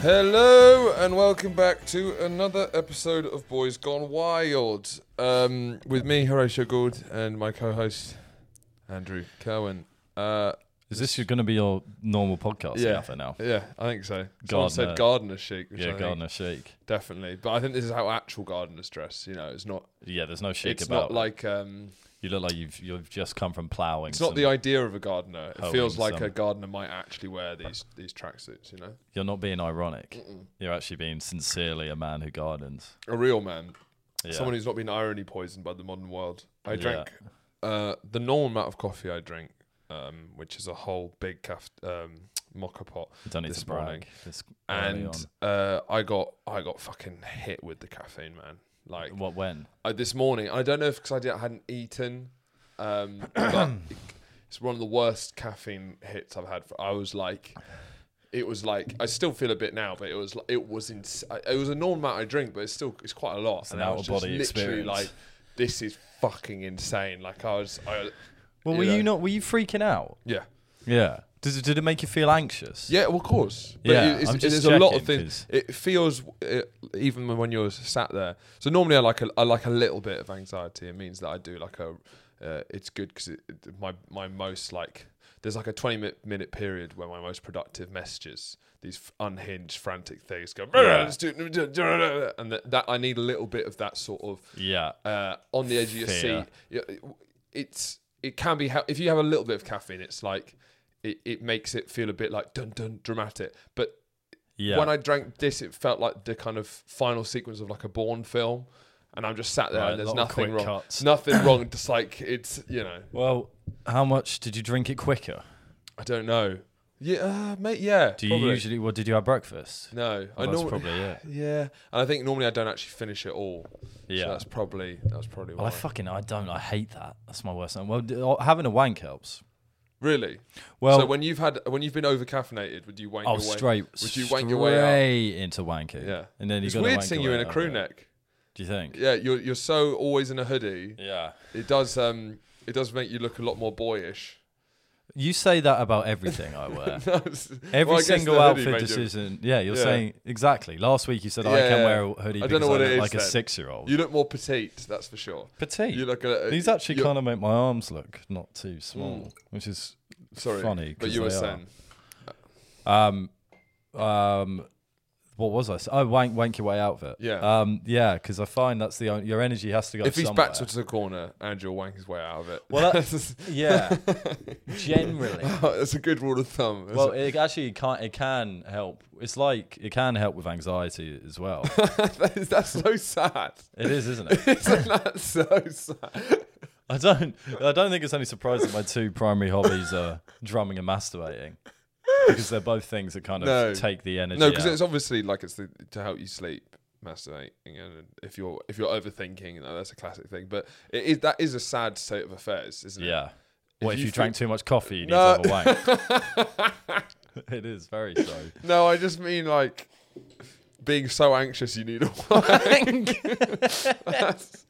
Hello and welcome back to another episode of Boys Gone Wild. Um, with me, Horatio Gould, and my co-host Andrew Cohen. Uh, Is this going to be your normal podcast Yeah. outfit now? yeah, I think so. Someone Gardener. said gardener chic. Which I Yeah, think- gardener chic. definitely. But I think this is how actual gardeners dress. You know, it's not. Yeah, there's no chic it's not about. it. like. Um, you look like you've you've just come from ploughing. it's not some- the idea of a gardener. It hoeing feels like some. a gardener might actually wear these these tracksuits. You know, You're not being ironic. You're actually being sincerely a man who gardens. a real man. Yeah. someone who's not been irony poisoned by the modern world. I drank uh, the normal amount of coffee I drink, um, which is a whole big caf- um, mocha pot, You don't need this to brag. morning. This early and uh, I got I got fucking hit with the caffeine, man. Like on. what when? I, uh, this morning, I don't know if because I, didn't- hadn't eaten, um, but it- it's one of the worst caffeine hits I've had. For, I was like. It was like I still feel a bit now, but it was li- it was ins- I- it was a normal amount I drink, but it's still it's quite a lot. an I was out-of-body experience. like, this is fucking insane. Like I was, I, Well, were know. you not? Were you freaking out? Yeah, Yeah. Did it, did it make you feel anxious? yeah, well, of course. But Yeah, it- it's, I'm it- just there's a lot of checking, things. It feels it, even when you're sat there. So normally I like a I like a little bit of anxiety. It means that I do like a. Uh, it's good because it, it- my my most like there's like a 20 minute, minute period where my most productive messages these f- unhinged frantic things go Yeah. "Let's do it, do it, do it," and that, that I need a little bit of that sort of Yeah. uh, on the edge of your Fear. seat. Yeah, it- It's it can be hel- if you have a little bit of caffeine, it's like it, it makes it feel a bit like dun dun dramatic. But Yeah. when I drank this, it felt like the kind of final sequence of like a Bourne film, and I'm just sat there Right, and there's lot of nothing quick wrong, cuts. nothing wrong. Just like it's you know, well, how much did you drink it quicker? I don't know. Yeah, uh, mate. Yeah. Do you probably. usually? What did you have breakfast? No, I Well, that's normally- probably it. Yeah, and I think normally I don't actually finish it all. Yeah. so that's probably that's probably why. Well, I fucking I don't. I hate that. That's my worst. Well, d- oh, having a wank helps. really? Well, so when you've had when you've been over caffeinated, would you wank oh, your way? straight. Would you wank your way up? straight into wanking. Yeah. And then you It's gotta weird wank seeing your you way in a up crew there. neck. Do you think? Yeah, you're you're so always in a hoodie. Yeah. It does um it does make you look a lot more boyish. You say that about everything I wear. No, it's- Every well, I guess single the hoodie outfit made you- decision. Yeah, you're Yeah. saying exactly. Last week you said I Yeah, can yeah. wear a hoodie I don't because know what I it look is like a then. six-year-old. You look more petite, that's for sure. Petite. You look a, uh, These actually you're- kind of make my arms look not too small, which is sorry, funny. But 'cause you were they are. saying Um, um, what was I? s- Oh, wank, wank your way outfit. Yeah. Um, yeah, because I find that's the only, your energy has to go. if he's somewhere. backed to the corner, Andrew will wank his way out of it. Well, that, yeah, generally. that's a good rule of thumb. Well, it actually can it can help. It's like it can help with anxiety as well. that is, that's so sad. it is, isn't it? Isn't that so sad? I don't I don't think it's any surprise that my two primary hobbies are drumming and masturbating because they're both things that kind of No. take the energy. No, because out. it's obviously like it's the, to help you sleep, masturbating, and if you're if you're overthinking, you know, that's a classic thing. But it is that is a sad state of affairs, isn't it? yeah. What if, you you, drank too much coffee? You need No. to have a wank. it is very so. No, I just mean like being so anxious you need a wank. That's-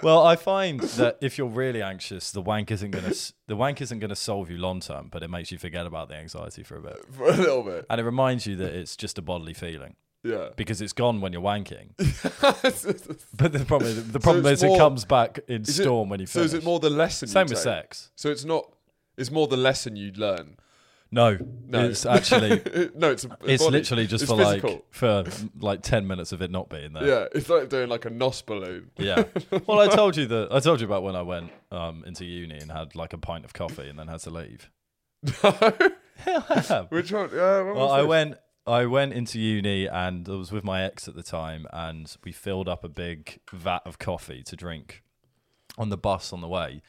Well, I find that if you're really anxious, the wank isn't gonna s- the wank isn't gonna solve you long term, but it makes you forget about the anxiety for a bit, for a little bit. and it reminds you that it's just a bodily feeling. Yeah. because it's gone when you're wanking. so But the problem, is- the problem it's is more- it comes back in it- storm when you finish. is it more the lesson? you Same with take? sex. So it's not. It's more the lesson you learn. No, it's actually no, it's a, a it's body. literally just It's for physical. like for like ten minutes of it not being there. Yeah, it's like doing like a nos balloon. Yeah. Well, I told you that I told you about when I went um, into uni and had like a pint of coffee and then had to leave. Hell, Which one? Uh, when Well, was I this? went. I went into uni and I was with my ex at the time, and we filled up a big vat of coffee to drink on the bus on the way.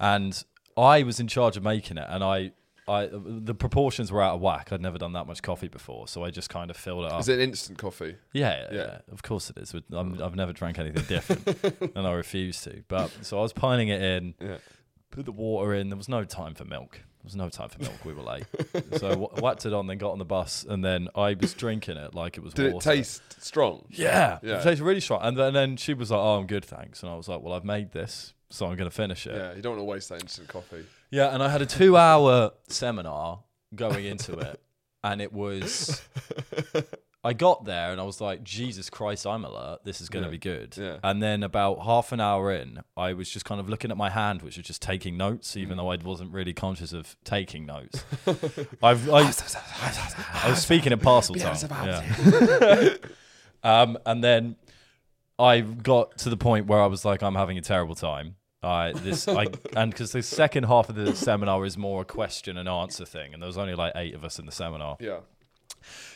And I was in charge of making it, and I, I, the proportions were out of whack. I'd never done that much coffee before, so I just kind of filled it up. Is it instant coffee? Yeah, Yeah. Oh. yeah, of course it is. With- I'm, I've never drank anything different, and I refuse to. But so I was piling it in, Yeah. put the water in. There was no time for milk. There was no time for milk. We were late, so w- whacked it on, then got on the bus, and then I was drinking it like it was Did it water. taste strong? Yeah, Yeah. it tasted really strong. And then, and then she was like, "Oh, I'm good, thanks." And I was like, "Well, I've made this, so I'm going to finish it." Yeah, you don't want to waste that instant coffee. Yeah, and I had a two hour seminar going into it, and it was I got there and I was like, Jesus Christ, I'm alert. This is going to Yeah. be good. Yeah. And then about half an hour in, I was just kind of looking at my hand, which was just taking notes, Mm. even though I wasn't really conscious of taking notes. I've, I, I was speaking in parcel tongue. yeah. um, and then I got to the point where I was like, I'm having a terrible time. I this I and because the second half of the seminar is more a question and answer thing, and there was only like eight of us in the seminar. Yeah.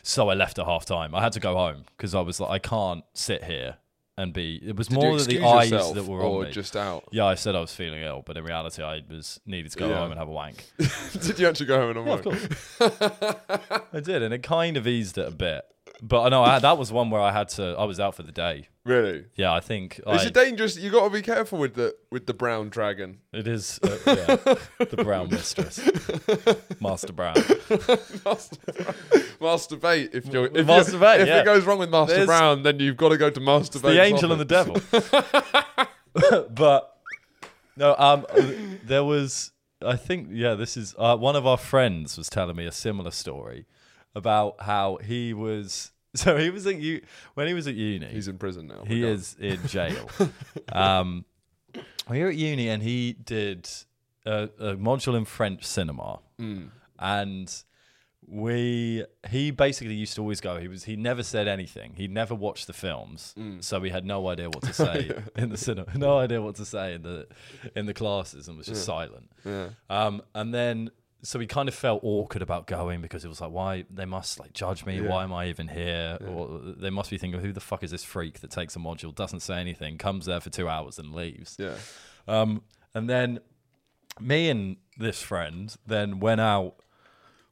So I left at half time. I had to go home because I was like, I can't sit here and be. It was Did you more excuse the eyes yourself that were or on me. just out? yeah, I said I was feeling ill, but in reality, I was needed to go Yeah. home and have a wank. Did you actually go home and Yeah, unwind? of course. I did, and it kind of eased it a bit. But I know I, that was one where I had to. I was out for the day. Really? Yeah, I think It's I, a dangerous. You got to be careful with the with the brown dragon. it is uh, yeah, the brown mistress, Master Brown. Masturbate if you're if, Masturbate, you, if yeah. it goes wrong with Master There's- Brown, then you've got to go to masturbate. the angel and the devil. but no, um, there was. I think yeah, this is uh, one of our friends was telling me a similar story about how he was. So he was at you when he was at uni. He's in prison now. he We're done. is in jail. um, we were at uni and he did a, a module in French cinema, and we he basically used to always go. He was he never said anything. He never watched the films, so we had no idea what to say in the cinema. No idea what to say in the in the classes, and was just silent. Um, and then. So we kind of felt awkward about going because it was like, why they must like judge me? Why am I even here? Or they must be thinking, who the fuck is this freak that takes a module, doesn't say anything, comes there for two hours and leaves? Yeah. Um, and then me and this friend then went out,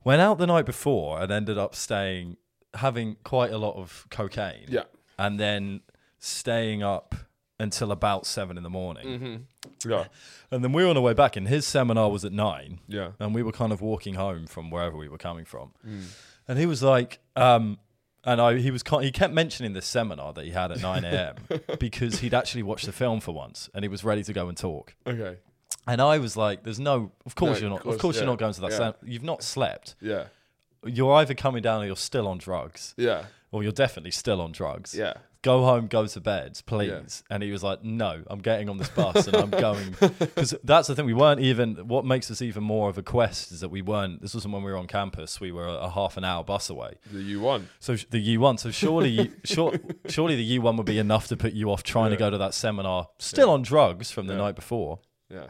went out the night before and ended up staying, having quite a lot of cocaine. Yeah. And then staying up until about seven in the morning. Mm. Yeah. And then we were on our way back, and his seminar was at nine. Yeah. And we were kind of walking home from wherever we were coming from. Mm. And he was like, um, and I, he was con- he kept mentioning this seminar that he had at 9 a.m. because he'd actually watched the film for once and he was ready to go and talk. Okay. And I was like, "There's no, of course No, you're of not, of course, course, you're yeah, not going to that. yeah. sem- You've not slept. Yeah. You're either coming down or you're still on drugs, Yeah. or you're definitely still on drugs. Yeah. Go home, go to bed, please." And he was like, "No, I'm getting on this bus and I'm going." Because that's the thing. We weren't even. What makes us even more of a quest is that we weren't. This wasn't when we were on campus. We were a half an hour bus away. The U one. So sh- the U one. So surely, you- sure, surely the U one would be enough to put you off trying to go to that seminar, still on drugs from the night before Yeah.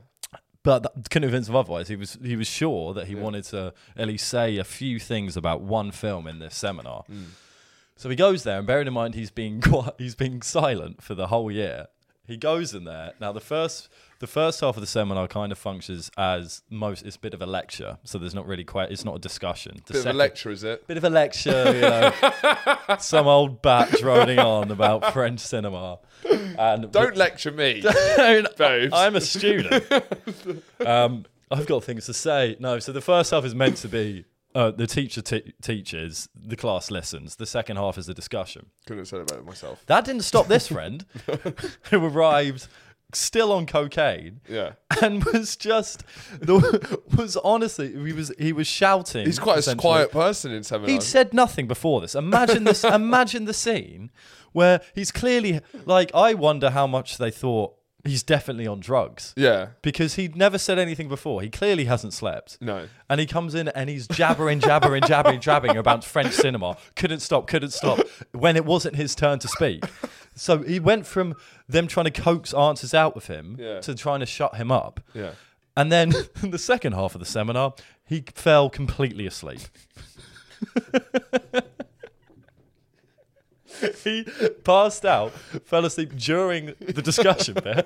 but that couldn't convince him otherwise. He was he was sure that he wanted to at least say a few things about one film in this seminar. Mm. So he goes there, and bearing in mind he's being qui- he's being silent for the whole year. He goes in there. Now the first the first half of the seminar kind of functions as most it's a bit of a lecture, so there's not really quite it's not a discussion. The Bit of second- a lecture, is it? bit of a lecture, you know, some old bat droning on about French cinema. And Don't lecture me. own- Both. I'm a student. um, I've got things to say. No, so the first half is meant to be uh, the teacher t- teaches, the class listens. The second half is the discussion. Couldn't have said it better myself. That didn't stop this friend, who arrived still on cocaine Yeah. and was just the, was honestly he was he was shouting. He's quite a essentially. quiet person in He'd seminar. said nothing before this. Imagine this. imagine the scene where he's clearly like. I wonder how much they thought he's definitely on drugs Yeah. because he'd never said anything before. He clearly hasn't slept. No. And he comes in and he's jabbering, jabbering, jabbering, jabbering about French cinema. Couldn't stop, couldn't stop when it wasn't his turn to speak. So he went from them trying to coax answers out of him Yeah. to trying to shut him up. Yeah. And then in the second half of the seminar, he fell completely asleep. he passed out, fell asleep during the discussion bit.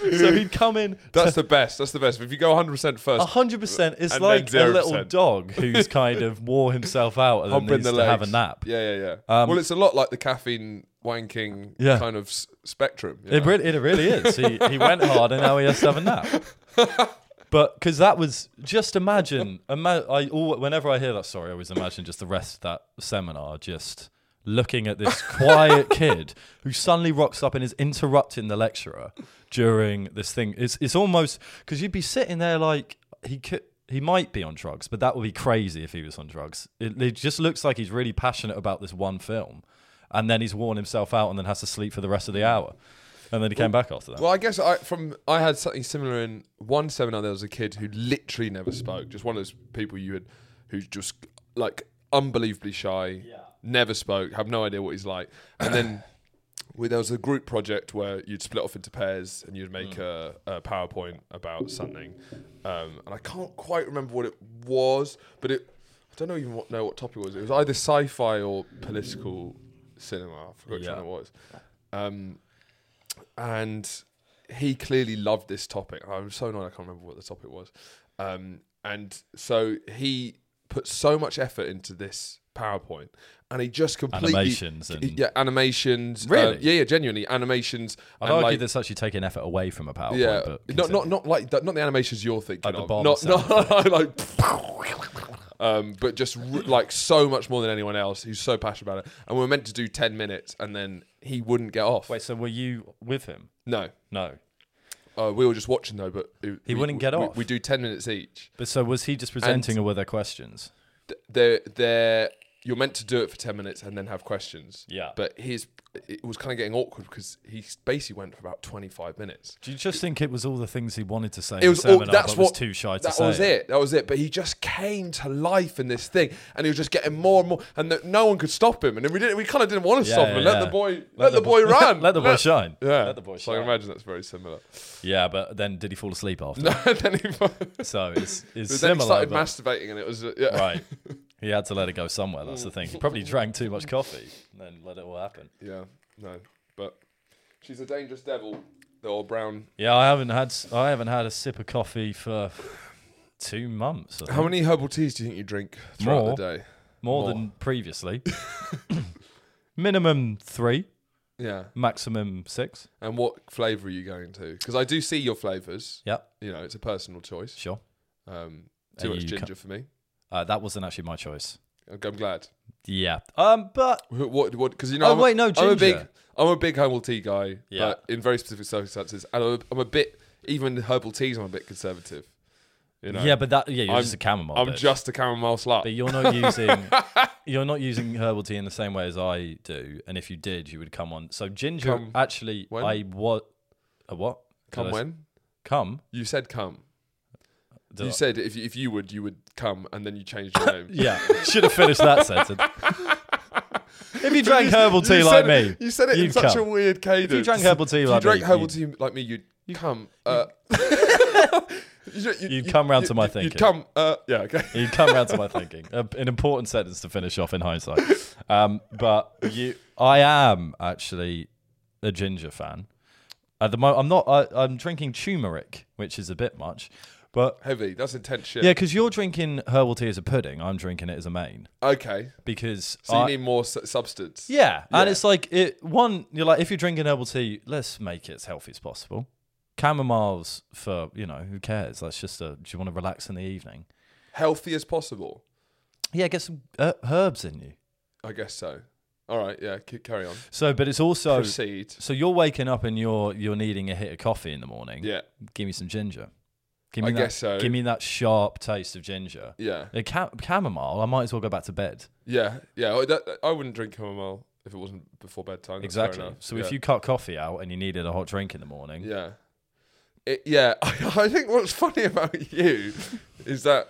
so he'd come in That's the best. That's the best. If you go 100% first, hundred percent. It's And like a then little 0%. dog who's kind of wore himself out and then hop in needs the to legs. have a nap. Um, Yeah, yeah, yeah. well, it's a lot like the caffeine wanking Yeah. kind of s- spectrum. you It, know? re- it really is. He, he went hard and now he has to have a nap. But because that was just imagine, ima- I al- whenever I hear that story, I always imagine just the rest of that seminar just looking at this quiet kid who suddenly rocks up and is interrupting the lecturer during this thing. It's it's almost because you'd be sitting there like he could. He might be on drugs, but that would be crazy if he was on drugs. It, it just looks like he's really passionate about this one film, and then he's worn himself out, and then has to sleep for the rest of the hour, and then he came back after that. Well, I guess I from I had something similar in one seminar. There was a kid who literally never spoke. Just one of those people you had, who's just like unbelievably shy, never spoke, have no idea what he's like. And then we, there was a group project where you'd split off into pairs and you'd make a, a PowerPoint about something. Um, and I can't quite remember what it was, but it I don't know even what, know what topic it was. It was either sci-fi or political cinema. I forgot which Yeah. one it was. Um, and he clearly loved this topic. I'm so annoyed I can't remember what the topic was. Um, and so he put so much effort into this PowerPoint, and he just completely Animations and- yeah animations. uh, Really? yeah, yeah, genuinely animations. I'd and argue like- that's actually taking effort away from a PowerPoint. yeah, but not continue. not not like that, not the animations you're thinking Like the of. bomb not sound not like. Um, but just r- like so much more than anyone else, he's so passionate about it. And we were meant to do ten minutes, and then he wouldn't get off. Wait, so were you with him? No, No. Uh, we were just watching though, but it, He we- wouldn't get we- off. We do ten minutes each. But so was he just presenting, or were there questions? Th- They're they're you're meant to do it for ten minutes and then have questions. Yeah. But his it was kind of getting awkward because he basically went for about twenty five minutes. Do you just think it was all the things he wanted to say? It was in the all, seminar, that's but was what too shy to that say. was it. That was it. But he just came to life in this thing, and he was just getting more and more, and that no one could stop him. And we didn't. We kind of didn't want to Yeah, stop yeah, him. yeah. Let the boy. Let, the boy run. let the boy shine. Yeah. Let the boy so I can shine. imagine that's very similar. Yeah, but then did he fall asleep after? No, then he, then So it's, it's he similar. started but- masturbating, and it was uh, yeah. right. He had to let it go somewhere. That's the thing. He probably drank too much coffee and then let it all happen. Yeah, no, but she's a dangerous devil. The old brown. Yeah, I haven't had s- I haven't had a sip of coffee for two months. I think. How many herbal teas do you think you drink throughout More. the day? More, than previously. Minimum three, Yeah, maximum six. and what flavour are you going to? Because I do see your flavours. Yeah, You know, it's a personal choice. sure. Um, too Are much you ginger for me. Uh, that wasn't actually my choice. I'm, I'm glad. Yeah. Um, but Wh- What? What? Because you know, Oh, I'm a- wait, no, I'm a big, ginger. I'm a big herbal tea guy, Yeah. but in very specific circumstances, and I'm a, I'm a bit, even in herbal teas, I'm a bit conservative. You know, yeah, but that yeah, you're I'm- just a chamomile. I'm bitch. just a chamomile slut. But you're not using you're not using herbal tea in the same way as I do. And if you did, you would come on. So ginger Come actually when? I what a what? Did I come s- when Come. you said come. Did you I- said if you, if you would, you would come, and then you changed your name. yeah. Should have finished that sentence. if you drank herbal tea You said like me. it- You said it in you'd such a come. weird cadence. If you drank herbal tea If like you drank me, herbal you'd- tea like me, you'd come. Uh, you, don't- you- You'd you- come round you- to my you- You'd thinking. come. Uh, yeah. Okay. You come round to my thinking. A, an important sentence to finish off in hindsight. Um, but you, I am actually a ginger fan. At the moment, I'm not. I, I'm drinking turmeric, which is a bit much, but Heavy. That's intense shit. yeah, because you're drinking herbal tea as a pudding. I'm drinking it as a main Okay. because So I, you need more su- substance. yeah, and Yeah. it's like it. One, you're like if you're drinking herbal tea, let's make it as healthy as possible. Chamomiles for you know who cares? That's just a. Do you want to relax in the evening? Healthy as possible. Yeah, get some uh, herbs in you. I guess so. All right. Yeah. c- Carry on. So, but it's also Proceed. So you're waking up and you're you're needing a hit of coffee in the morning. Yeah. Give me some ginger. Give me I that, guess so. Give me that sharp taste of ginger. Yeah. A ca- chamomile. I might as well go back to bed. Yeah. Yeah. I- that- I wouldn't drink chamomile if it wasn't before bedtime. Oh, That's fair exactly. enough. So Yeah. if you cut coffee out and you needed a hot drink in the morning, Yeah. It, yeah, I think what's funny about you is that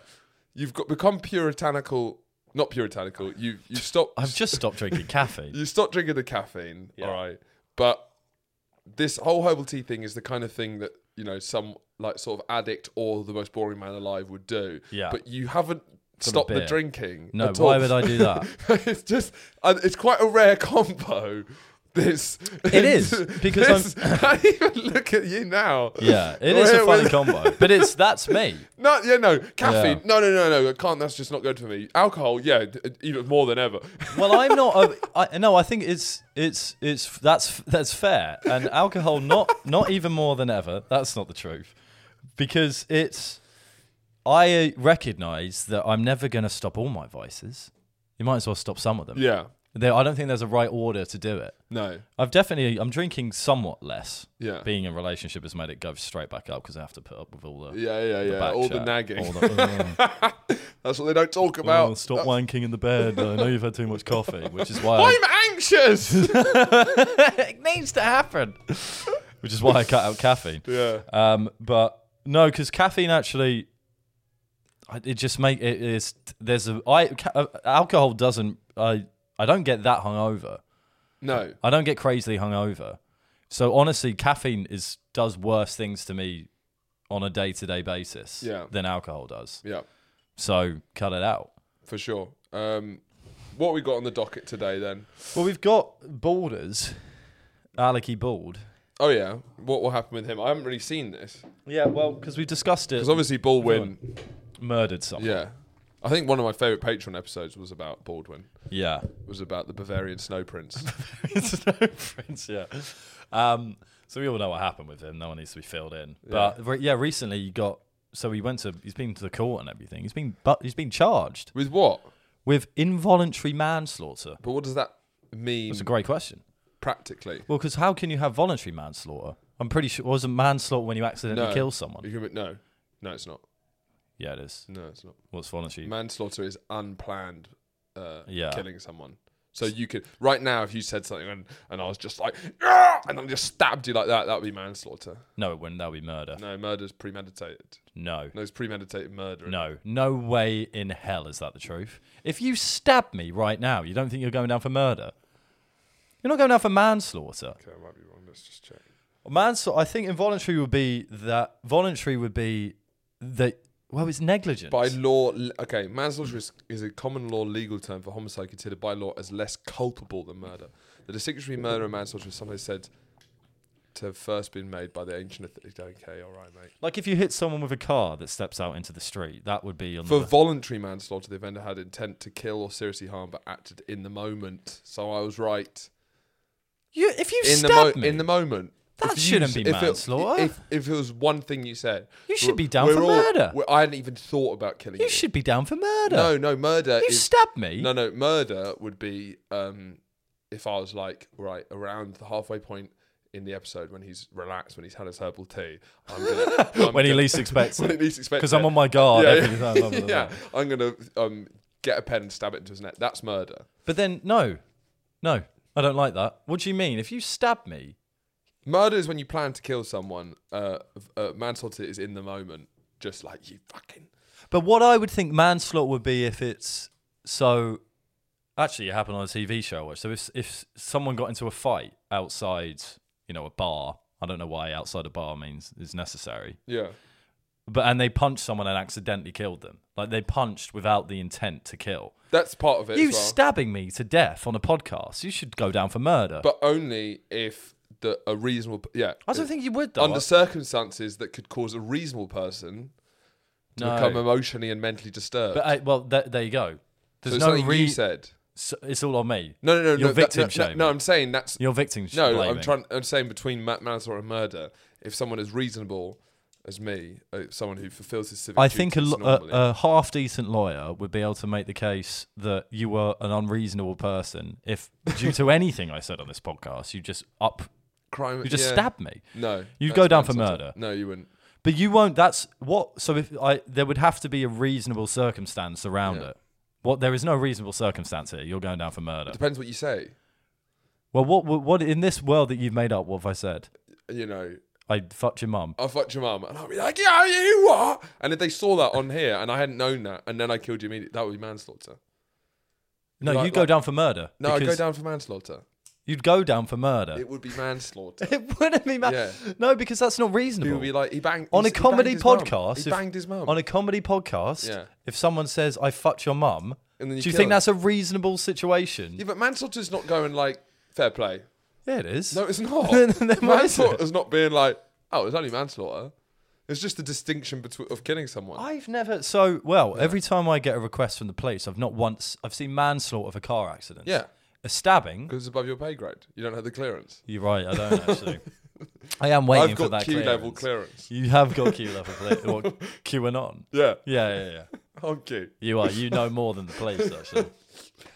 you've got become puritanical, not puritanical. You you stop I've just stopped drinking caffeine. you stop drinking the caffeine, Yeah. all right. But this whole herbal tea thing is the kind of thing that, you know, some like sort of addict or the most boring man alive would do. Yeah. But you haven't stopped the beer. drinking. No, at all. why would I do that? it's just uh, it's quite a rare combo. This It is, because I'm. I even look at you now. yeah, it is a We're- funny we're- combo, but it's that's me. No, yeah, no caffeine. No, no, no, no. I can't. That's just not good for me. Alcohol, yeah, d- even more than ever. Well, I'm not. A, I no, I think it's it's it's that's that's fair. And alcohol, not not even more than ever. That's not the truth, because it's. I recognise that I'm never going to stop all my vices. You might as well stop some of them. yeah, There, I don't think there's a right order to do it. No. I've definitely, I'm drinking somewhat less. Yeah. Being in a relationship has made it go straight back up because I have to put up with all the, yeah, yeah, the yeah. back All the chat, nagging. all the, "Oh, That's what they don't talk about. oh, stop wanking in the bed. I know you've had too much coffee, which is why I- I'm anxious. it needs to happen, which is why I cut out caffeine. yeah. Um, but no, because caffeine actually, I- it just make it is there's a I ca- uh, alcohol doesn't I I don't get that hungover. No. I don't get crazily hungover. So honestly, caffeine is does worse things to me on a day to day basis Yeah. than alcohol does. Yeah. So cut it out. For sure. Um, what we got on the docket today then? Well, we've got Borders, Alecky Bald. Oh yeah. What will happen with him? I haven't really seen this Yeah, well, because we discussed it. because obviously Baldwin. Murdered someone. Yeah. I think one of my favorite Patreon episodes was about Baldwin. Yeah. It was about the Bavarian snow prince. it's no prince, yeah. Um, so we all know what happened with him. No one needs to be filled in. But re- yeah, recently you got. So he went to. He's been to the court and everything. He's been. But he's been charged with what? with involuntary manslaughter. But what does that mean It's a great question. practically? Well, because how can you have voluntary manslaughter? I'm pretty sure it wasn't manslaughter when you accidentally No. kill someone. You can, no, no, it's not. Yeah, it is. No, it's not. What's voluntary? Manslaughter is unplanned uh, Yeah. killing someone. So you could right now, if you said something and, and I was just like, "Ah!" and I just stabbed you like that, that would be manslaughter. no, it wouldn't. That would be murder. No, murder's premeditated. No. No, it's premeditated murder. No, no way in hell is that the truth. If you stab me right now, you don't think you're going down for murder. You're not going down for manslaughter. Okay, I might be wrong. Let's just check. Manslaughter. I think involuntary would be that. Voluntary would be that. Well, it's negligence. By law, l- okay, manslaughter is, is a common law legal term for homicide considered by law as less culpable than murder. The distinction between murder and manslaughter is sometimes said to have first been made by the ancient. auth- Okay, all right, mate. like if you hit someone with a car that steps out into the street, that would be on For the. voluntary manslaughter, the offender had intent to kill or seriously harm, but acted in the moment. So I was right. you, if you In the, stab mo- me, in the moment. That If you shouldn't s- be if it- manslaughter. if, if it was one thing you said, You should we're- be down we're for all- murder. we're- I hadn't even thought about killing you should be down for murder. No, no, murder. you is, stab me. No, no, murder would be um, if I was like, right, around the halfway point in the episode when he's relaxed, when he's had his herbal tea. I'm gonna, I'm when he gonna- least expects when he it, least expects because it. I'm on my guard. Yeah, every yeah. time I'm on the yeah, guard. I'm gonna um, get a pen and stab it into his neck. That's murder. But then no, no, I don't like that. What do you mean? If you stab me, Murder is when you plan to kill someone. Uh, uh, manslaughter is in the moment, just like you fucking. But what I would think manslaughter would be if it's so. Actually, it happened on a TV show I watched. So if if someone got into a fight outside, you know, a bar. I don't know why outside a bar means is necessary. Yeah, But and they punched someone and accidentally killed them. Like they punched without the intent to kill. that's part of it. You as well. stabbing me to death on a podcast. You should go down for murder. but only if the a reasonable. p- Yeah, I don't think you would though. under circumstances that could cause a reasonable person to No. become emotionally and mentally disturbed. but I, well, th- there you go. so There's it's no something you reason. said. It's all on me. No, no, no, You're no, victim that, no, no, shaming. no, I'm saying that's You're victim. no. blaming. I'm trying. I'm saying between ma- manslaughter and murder, if someone is reasonable as me, uh, someone who fulfills his civic I think a, duties lo- uh, normally, a, a half decent lawyer would be able to make the case that you were an unreasonable person if, due to anything I said on this podcast, you just up, crime, you just yeah. stabbed me. No, You'd that's go down for manslaughter. murder. No, you wouldn't. But you won't. That's what. So if I, there would have to be a reasonable circumstance around Yeah. it. What there is no reasonable circumstance here. You're going down for murder. Depends what you say. Well, what, what, what in this world that you've made up? What have I said? You know, I fucked your mum. I fucked your mum, and I'll be like, yeah, you what? And if they saw that on here, and I hadn't known that, and then I killed you immediately, that would be manslaughter. No, like- you'd go like- down for murder. No, I'd go because down for manslaughter. You'd go down for murder. It would be manslaughter. It, wouldn't be ma- Yeah. No, because that's not reasonable. People be like, he banged On a he banged comedy his mum. podcast, He if- banged his mum. on a comedy podcast, Yeah. if someone says "I fucked your mum," And then you do you kill think her. that's a reasonable situation? yeah, but manslaughter's not going like fair play. Yeah, it is. No, it's not. Then- then why is it? manslaughter's not being like, oh, it's only manslaughter. It's just the distinction between of killing someone. I've never. So well, every time I get a request from the police, I've not once. I've seen manslaughter of a car accident. yeah, a stabbing. because it's above your pay grade. You don't have the clearance. You're right. I don't actually. I am waiting I've for got that Q level clearance. clearance. You have got Q level clear. What QAnon? Yeah, Yeah, yeah, yeah. I'm Q. You are. You know more than the police, actually.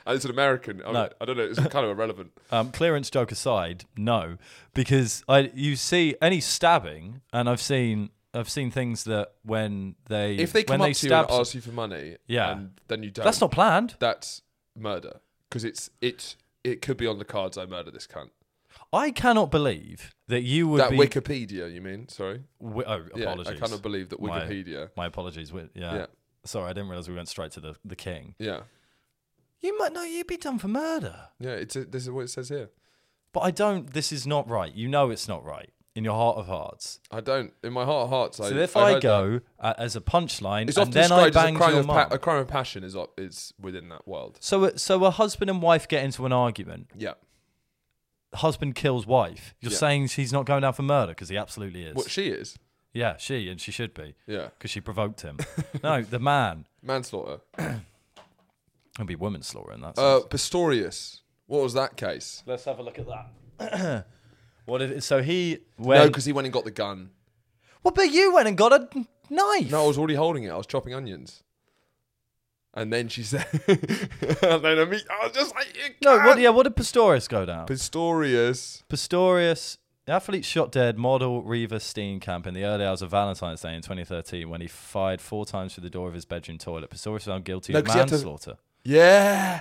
and it's an American. I, No. I don't know. It's kind of irrelevant. Um, clearance joke aside, no, because I you see any stabbing, and I've seen I've seen things that when they If they come when up they to you and stab, ask you for money, Yeah. and then you don't, that's not planned. that's murder because it's it's it could be on the cards. I murder this cunt. I cannot believe that you would That be. Wikipedia, you mean? Sorry. wi- oh, Yeah, apologies. I kind of believe that My- Wikipedia. My apologies. Wi- Yeah. Yeah. Sorry, I didn't realize we went straight to the, the king. Yeah, You might no, you'd be done for murder. yeah. It's a, this is what it says here. But I don't. This is not right. You know it's not right in your heart of hearts. I don't. In my heart of hearts, I. So if I, heard that. go uh, as a punchline it's and often then I described as a bang crime your of pa- mum. a crime of passion is op- is within that world. So, a- so a husband and wife get into an argument. Yeah. Husband kills wife. You're Yeah. saying she's not going down for murder because he absolutely is. What she is. yeah, she and she should be Yeah. because she provoked him. no, the man. Manslaughter. It'd be woman slaughter in that. Uh, sense. Pistorius. What was that case? Let's have a look at that. what if so? He No, went. because he went and got the gun. well, but you went and got a n- knife. No, I was already holding it. I was chopping onions. And then she said, and then I, mean, I was just like, you No, what? can't. Yeah, what did Pistorius go down? Pistorius. Pistorius, athlete shot dead model Reva Steenkamp in the early hours of Valentine's Day in 2013 when he fired four times through the door of his bedroom toilet. Pistorius found guilty No, of 'cause he had to- manslaughter. Yeah.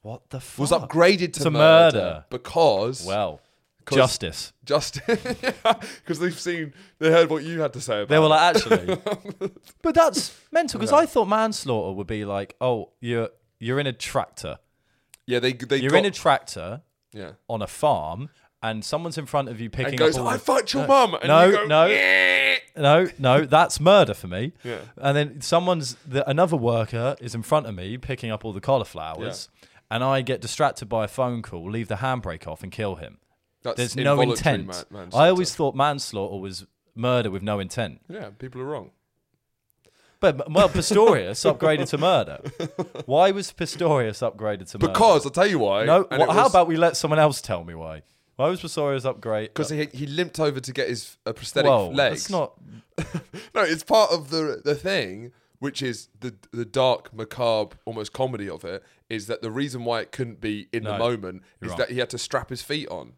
What the fuck? Was upgraded to, Ah, To murder, murder. because Well, 'cause justice. just because they've seen they heard what you had to say about They were it. like, actually. but that's mental because I thought manslaughter would be like, oh, you're you're in a tractor. yeah they they You're got, in a tractor yeah on a farm and someone's in front of you picking and goes up all I the- fucked your mum and no, you go, no. yeah. No, no, that's murder for me. Yeah. And then someone's the, another worker is in front of me picking up all the cauliflowers, and I get distracted by a phone call, leave the handbrake off, and kill him. That's There's no involuntary intent. ma- manslaughter. I always thought manslaughter was murder with no intent. yeah people are wrong But well, Pistorius upgraded to murder. Why was Pistorius upgraded to murder? because I'll tell you why no. and wha- it how was- about we let someone else tell me why? Why was Pistorius upgrade? Uh, because he, he limped over to get his uh, prosthetic Whoa, legs that's not. no it's part of the the thing which is the the dark macabre almost comedy of it is that the reason why it couldn't be in the No, moment is wrong. that he had to strap his feet on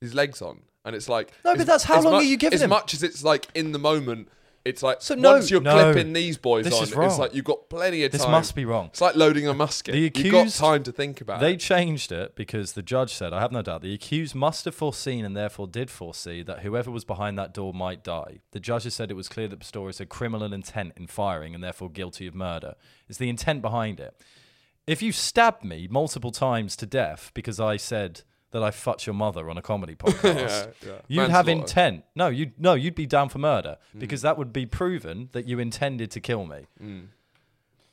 his legs on and it's like No, as- but that's how as long mu- are you giving as him? much as it's like in the moment it's like So no, once you're no. clipping these boys This on is wrong. it's like you've got plenty of This time must be wrong. it's like loading a musket The you've got accused- time to think about They it changed it because the judge said, I have no doubt, the accused must have foreseen and therefore did foresee that whoever was behind that door might die. The judges said it was clear that Pistorius had criminal intent in firing and therefore guilty of murder. It's the intent behind it. If you stabbed me multiple times to death because I said that I fucked your mother on a comedy podcast, yeah. you'd have Manslaughter. Mm. intent. No, you'd no, you'd be down for murder because that would be proven that you intended to kill me.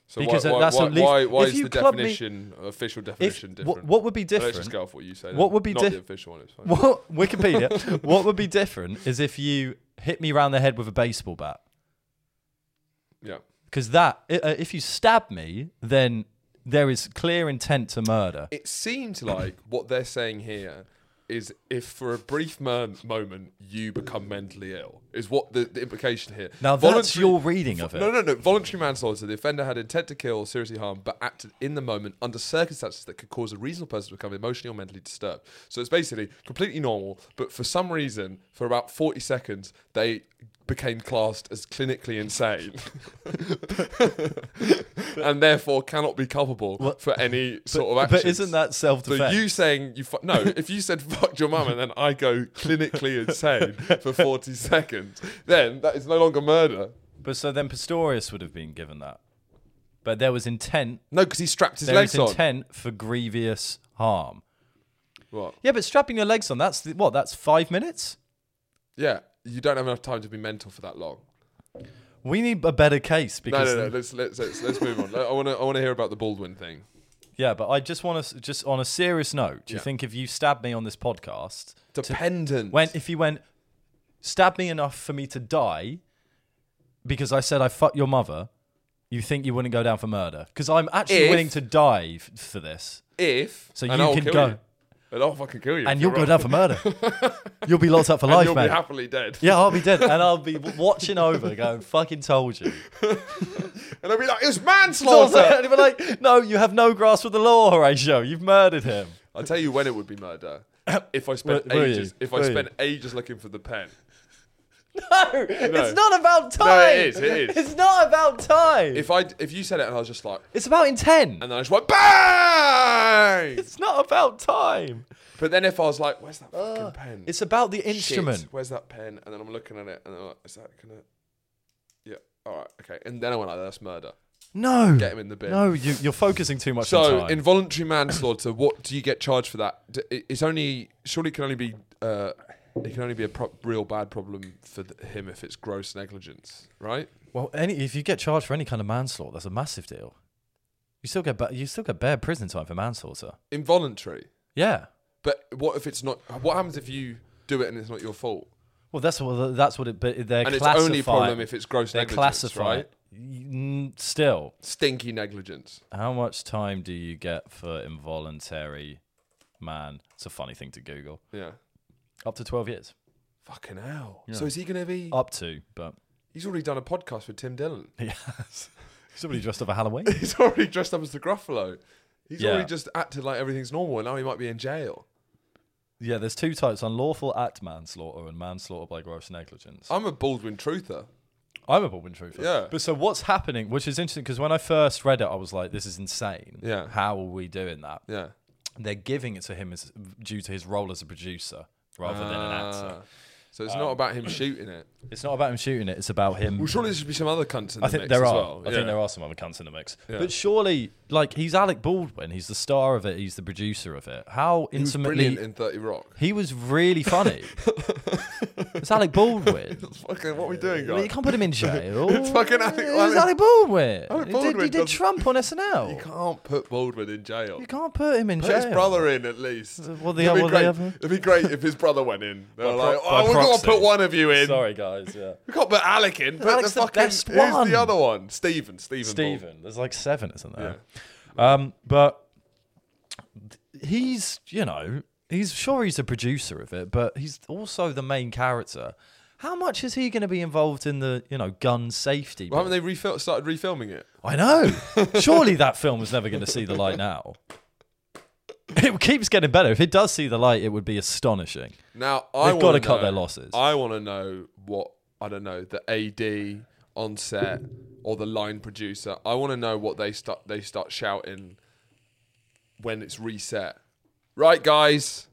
so why- because why, that's a why, leaf- why, why if is you the club me- definition official If, definition wh- different what would be Let's different? just go off what you say. What then. would be not diff- the official one? It's fine. What Wikipedia? what would be different is if you hit me round the head with a baseball bat, Yeah, because that i- uh, if you stab me, then there is clear intent to murder. it seems like what they're saying here is if for a brief mo- moment you become mentally ill is what the, the implication here. Now that's Voluntary- your reading of it. No, no, no. Voluntary manslaughter. The offender had intent to kill or seriously harm, but acted in the moment under circumstances that could cause a reasonable person to become emotionally or mentally disturbed. So it's basically completely normal, but for some reason, for about 40 seconds, they became classed as clinically insane and therefore cannot be culpable for any sort of But- action. But isn't that So self-defense? you saying you fu- no? If you said "fuck your mum" and then I go clinically insane for forty seconds, then that is no longer murder. but so then Pistorius would have been given that, but there was intent. No, because he strapped his There legs is on. intent for grievous harm. What? Yeah, but strapping your legs on—that's what? That's five minutes. Yeah, you don't have enough time to be mental for that long. We need a better case No, because no, no. the- Let's let's let's, let's move on. I want to I want to hear about the Baldwin thing. Yeah, but I just want to, just on a serious note, do you Yeah. think if you stabbed me on this podcast, Dependent. when if you went, stab me enough for me to die, because I said I fuck your mother, you think you wouldn't go down for murder? Because I'm actually If- willing to die f- for this, if so and you I'll can kill go. you. And I'll fucking kill you. and if you'll you're go wrong. down for murder. you'll be locked up for And life, You'll mate. be happily dead. yeah, I'll be dead, and I'll be w- watching over, going, "Fucking told you." And I'll be like, it was And manslaughter. they're like, "No, you have no grasp of the law, Horatio. You've murdered him." I'll tell you when it would be murder. If I spent Were- were you? ages, if I Were you? spent ages looking for the pen. No, it's not about time. is, it is. It's not about time. If I, if you said it, and I was just like, it's about intent. and then I just went bang. It's not about time. But then if I was like, where's that Ah. fucking pen? It's about the Shit, instrument. Where's that pen? And then I'm looking at it, and I'm like, is that gonna? Yeah. All right. Okay. And then I went like, that's murder. No. Get him in the bin. No, you, you're focusing too much on So time. involuntary manslaughter. What do you get charged for that? D- it- It's only surely it can only be uh, it can only be a pro- real bad problem for th- him if it's gross negligence, right? well, any, if you get charged for any kind of manslaughter, that's a massive deal. You still get ba- you still get bare prison time for manslaughter. Involuntary. Yeah. But what if it's not? What happens if you do it and it's not your fault? Well, that's what that's what it. But they're And it's classified. only a problem if it's gross they're negligence, classified. right? Mm, Still, Stinky negligence. how much time do you get for involuntary man? It's a funny thing to Google. Yeah. Up to twelve years. Fucking hell. So is he going to be? Up to, but He's already done a podcast with Tim Dillon. yes. Somebody dressed up for Halloween. He's already dressed up as the Gruffalo. He's Yeah. already just acted like everything's normal, and now he might be in jail. Yeah, there's two types: unlawful act manslaughter and manslaughter by gross negligence. I'm a Baldwin truther. I'm a Baldwin truther. Yeah. But so what's happening, which is interesting, because when I first read it, I was like, "This is insane. Yeah. How are we doing that?" Yeah. They're giving it to him as due to his role as a producer rather than an actor. Ah. So it's not about him shooting it. It's not about him shooting it; it's about him. Well, surely there should be some other cunts in the I think mix there as are. well. I Yeah. think there are some other cunts in the mix. But surely, like, he's Alec Baldwin. He's the star of it. He's the producer of it. How He was intimately brilliant in Thirty Rock. he was really funny. it's Alec Baldwin. Fucking, what are we doing, Well, you guys? can't put him in jail. It's fucking Alec- It was Alec- Alec Baldwin. Alec he did, he Baldwin did doesn't- Trump on SNL. You can't put Baldwin in jail. You can't put him in Put jail. his brother in at least. Well, the- it'd, be well, the great. other- it'd be great if his brother went in. They were pro- like, by oh, we've got proxy. to put one of you in. Sorry, guys. Yeah. We've got to put Alec in. Put Alec's the the fucking. best Who's one. the other one? Stephen. Stephen. Baldwin. Steven. There's like seven, isn't there? Um, but he's, you know, he's sure he's a producer of it, but he's also the main character. How much is he going to be involved in the, you know, gun safety? Well, bit? haven't they refil- started refilming it? I know. Surely that film was never going to see the light now. It keeps getting better. If it does see the light, it would be astonishing. Now I They've gotta wanna cut know- their losses. I want to know what I don't know the AD on set or the line producer. I want to know what they start they start shouting when it's reset. Right, guys,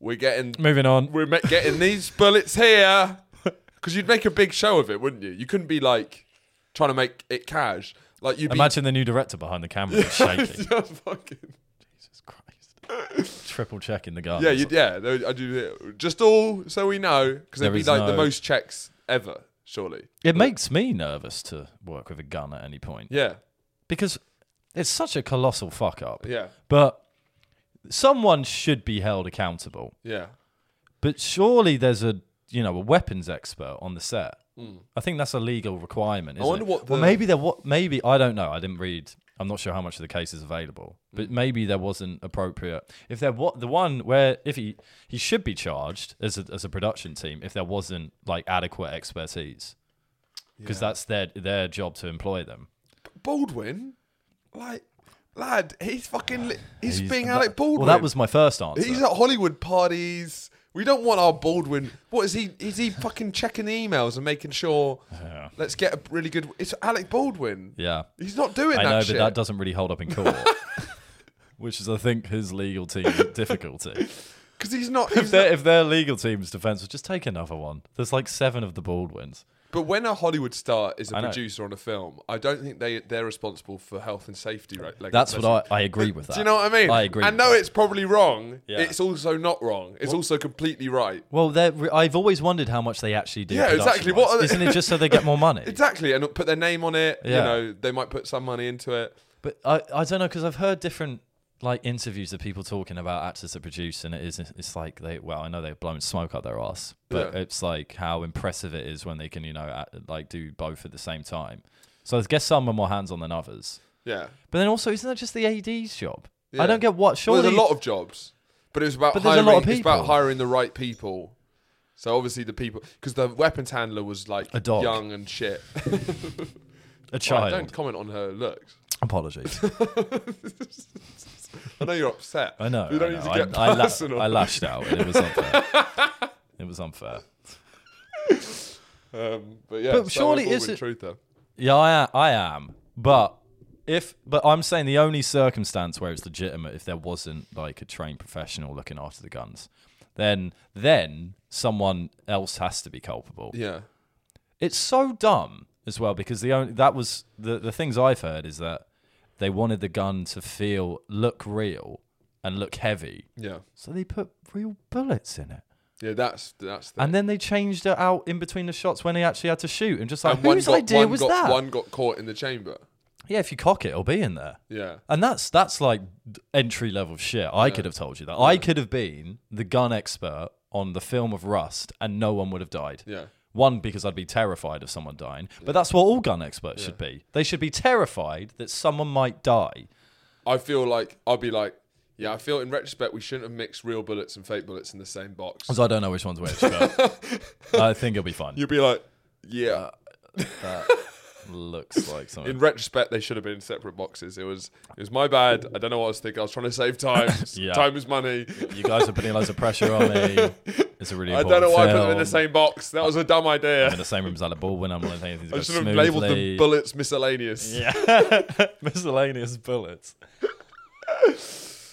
we're getting Moving on. we're ma- getting these bullets here because you'd make a big show of it, wouldn't you? You couldn't be like trying to make it cash. Like you'd be Imagine the new director behind the camera is shaking. Jesus just fucking. Christ. Triple checking the guy. Yeah, you'd, yeah. they- I do. Just all so we know, because it'd There be is like the no- most checks ever, surely. It makes me nervous to work with a gun at any point Yeah, because it's such a colossal fuck up. yeah, But someone should be held accountable. yeah. But surely there's a you know a weapons expert on the set. I think that's a legal requirement. Isn't Hmm. wonder it? what Well, the- maybe there. What maybe I don't know. I didn't read. I'm not sure how much of the case is available. Hmm. But maybe there wasn't appropriate. If there what the one where if he he should be charged as a, as a production team if there wasn't like adequate expertise because that's their their job to employ them. Baldwin, like lad, he's fucking. Li- he's, He's- being that- Alec Baldwin. Well, that was my first answer. He's at Hollywood parties. We don't want our Baldwin. What is he? Is he fucking checking emails and making sure? Let's get a really good. It's Alec Baldwin. yeah. He's not doing I that know, shit. but that doesn't really hold up in court. Which is, I think, his legal team difficulty. Because he's not. if, He's their, not if their legal team's defense was just take another one. There's like seven of the Baldwins. but when a Hollywood star is a I know. producer on a film, I don't think they they're responsible for health and safety. Right? Like, That's what I, I agree with that. Do you know what I mean? I agree. And with no, that. it's probably wrong. Yeah. It's also not wrong. It's also completely right. well, they're re- I've always wondered how much they actually do. Yeah, exactly. What production-wise. are they- Isn't it just so they get more money? Exactly. And put their name on it. You Yeah. know, they might put some money into it. But I, I don't know because I've heard different like interviews of people talking about actors that produce, and it is it's like they well I know they've blown smoke up their ass, but Yeah. it's like how impressive it is when they can you know act, like do both at the same time. So I guess some are more hands on than others. Yeah. But then also, isn't that just the AD's job? Yeah. I don't get what. Well, Surely there's a lot of jobs. But it was about But there's a hiring. lot of It's about people. hiring the right people. So obviously the people, because the weapons handler was like A dog. young and shit. A Well, I child. don't comment on her looks. Apologies. I know you're upset. I know. We don't I, need know. to get I, I, la- personal. I lashed out and it was unfair. it was unfair. um, but yeah, But so surely I'm all is with it- truth though. Yeah, I am, I am. But if but I'm saying the only circumstance where it's legitimate if there wasn't like a trained professional looking after the guns, then then someone else has to be culpable. Yeah, It's so dumb as well because the only that was the the things I've heard is that they wanted the gun to feel look real and look heavy. yeah, So they put real bullets in it. yeah. That's that's the. And then they changed it out in between the shots when they actually had to shoot and just like And whose idea one was got, that? One got caught in the chamber. Yeah, if you cock it, it'll be in there. Yeah, And that's that's like entry level shit. I could have told you that. I could have been the gun expert on the film of Rust, and no one would have died. yeah, One because I'd be terrified of someone dying, but that's what all gun experts should be. They should be terrified that someone might die. I feel like I'll be like, yeah. I feel in retrospect we shouldn't have mixed real bullets and fake bullets in the same box. Because I don't know which one's which, but I think it'll be fine. You'll be like, yeah. Looks like something. In retrospect, they should have been in separate boxes. It was it was my bad. I don't know what I was thinking. I was trying to save time. Yeah. Time is money. you guys are putting loads of pressure on me. It's a really. I don't know why I put them in film. the same box. That was a dumb idea. I'm in the same room as Alec Baldwin. I'm one of the things. I should have labelled them bullets miscellaneous. Yeah. Miscellaneous bullets.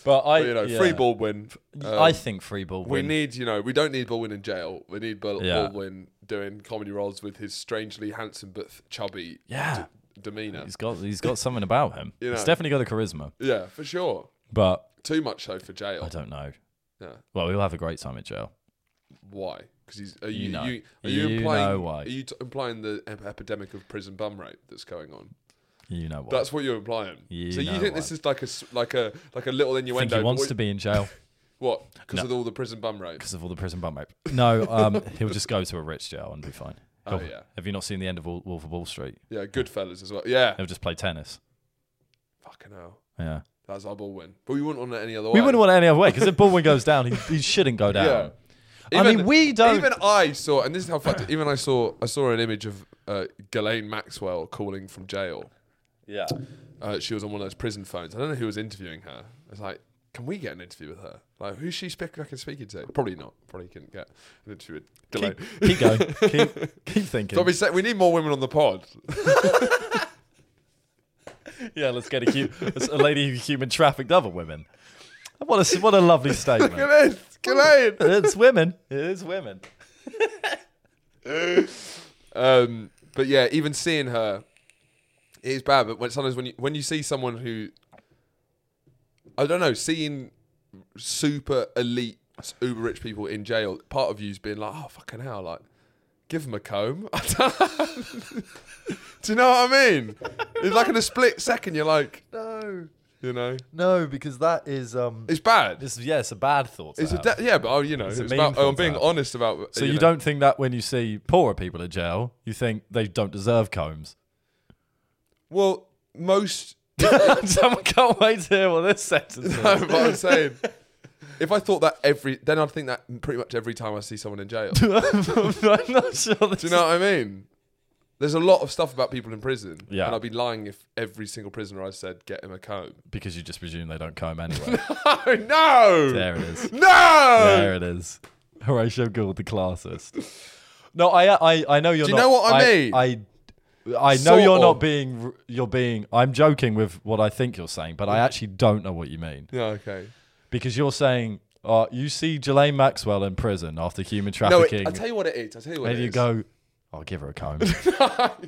But I, You know, yeah. free Baldwin. Um, I think free ball. we win. need, you know, we don't need Baldwin in jail. We need Bal- Yeah. Baldwin doing comedy roles with his strangely handsome but th- chubby Yeah. d- demeanor. He's got he's got something about him. You He's know. definitely got the charisma. Yeah, for sure. But Too much though for I jail. don't know. Yeah. Well, he'll have a great time in jail. Why? Because he's are you, You know. you are you, You implying know why. are you t- implying the ep- epidemic of prison bum rape that's going on? You know what? That's what you're implying. You so you know think this is like a s- like a like a little I think innuendo? he but wants what- to be in jail what? Because No. of all the prison bum rape. because of all the prison bum rape. No, um, he'll just go to a rich jail and be fine. Oh He'll- yeah, Have you not seen the end of Wol- Wolf of Wall Street? yeah. Goodfellas as well. Yeah. He'll just play tennis. Fucking hell. Yeah. That's our ball win. But we wouldn't want it any other way. We wouldn't want it any other way because if Baldwin goes down, he, he shouldn't go down. Yeah. I mean, we don't- Even I saw, and this is how fucked. it- Even I saw, I saw an image of uh, Ghislaine Maxwell calling from jail. Yeah. Uh, she was on one of those prison phones. I don't know who was interviewing her. I was like, can we get an interview with her? Like, who's she speak- fucking speaking to? Probably not. Probably couldn't get an interview with Ghislaine. Keep, keep going. Keep, keep thinking. But we said we need more women on the pod. Yeah, let's get a, hu- a lady who human trafficked other women. What a, s- what a lovely statement. Ghislaine, Ghislaine. It's women. It is women. Um, but yeah, even seeing her, it is bad. But when sometimes when you when you see someone who, I don't know, seeing super elite uber rich people in jail, part of you's being like, oh fucking hell, like give them a comb. Do you know what I mean? It's like in a split second, you're like, No. you know, No, because that is um it's bad. it's, yeah, it's a bad thought. to It's a have. de- yeah, but oh, you know, it's, a about, mean oh, I'm thing to being have. honest about. so you, know. don't think that when you see poorer people in jail, you think they don't deserve combs. Well, most Someone can't wait to hear what this sentence is. No, but I'm saying, if I thought that every, then I'd think that pretty much every time I see someone in jail. Do I'm not sure this you know what I mean? There's a lot of stuff about people in prison, Yeah. and I'd be lying if every single prisoner I said get him a comb. because you just presume they don't comb anyway. Um, Oh no! there it is. No! There it is. Horatio Gould, the classist. No, I, I, I know you're. Do you not, know what I mean? I, I know Sort you're of. not being. r- You're being. I'm joking with what I think you're saying, but I actually don't know what you mean Yeah, okay. because you're saying uh, you see Ghislaine Maxwell in prison after human No, it, trafficking, I'll tell you what it is. I'll tell you what and it you is. go, "I'll give her a comb."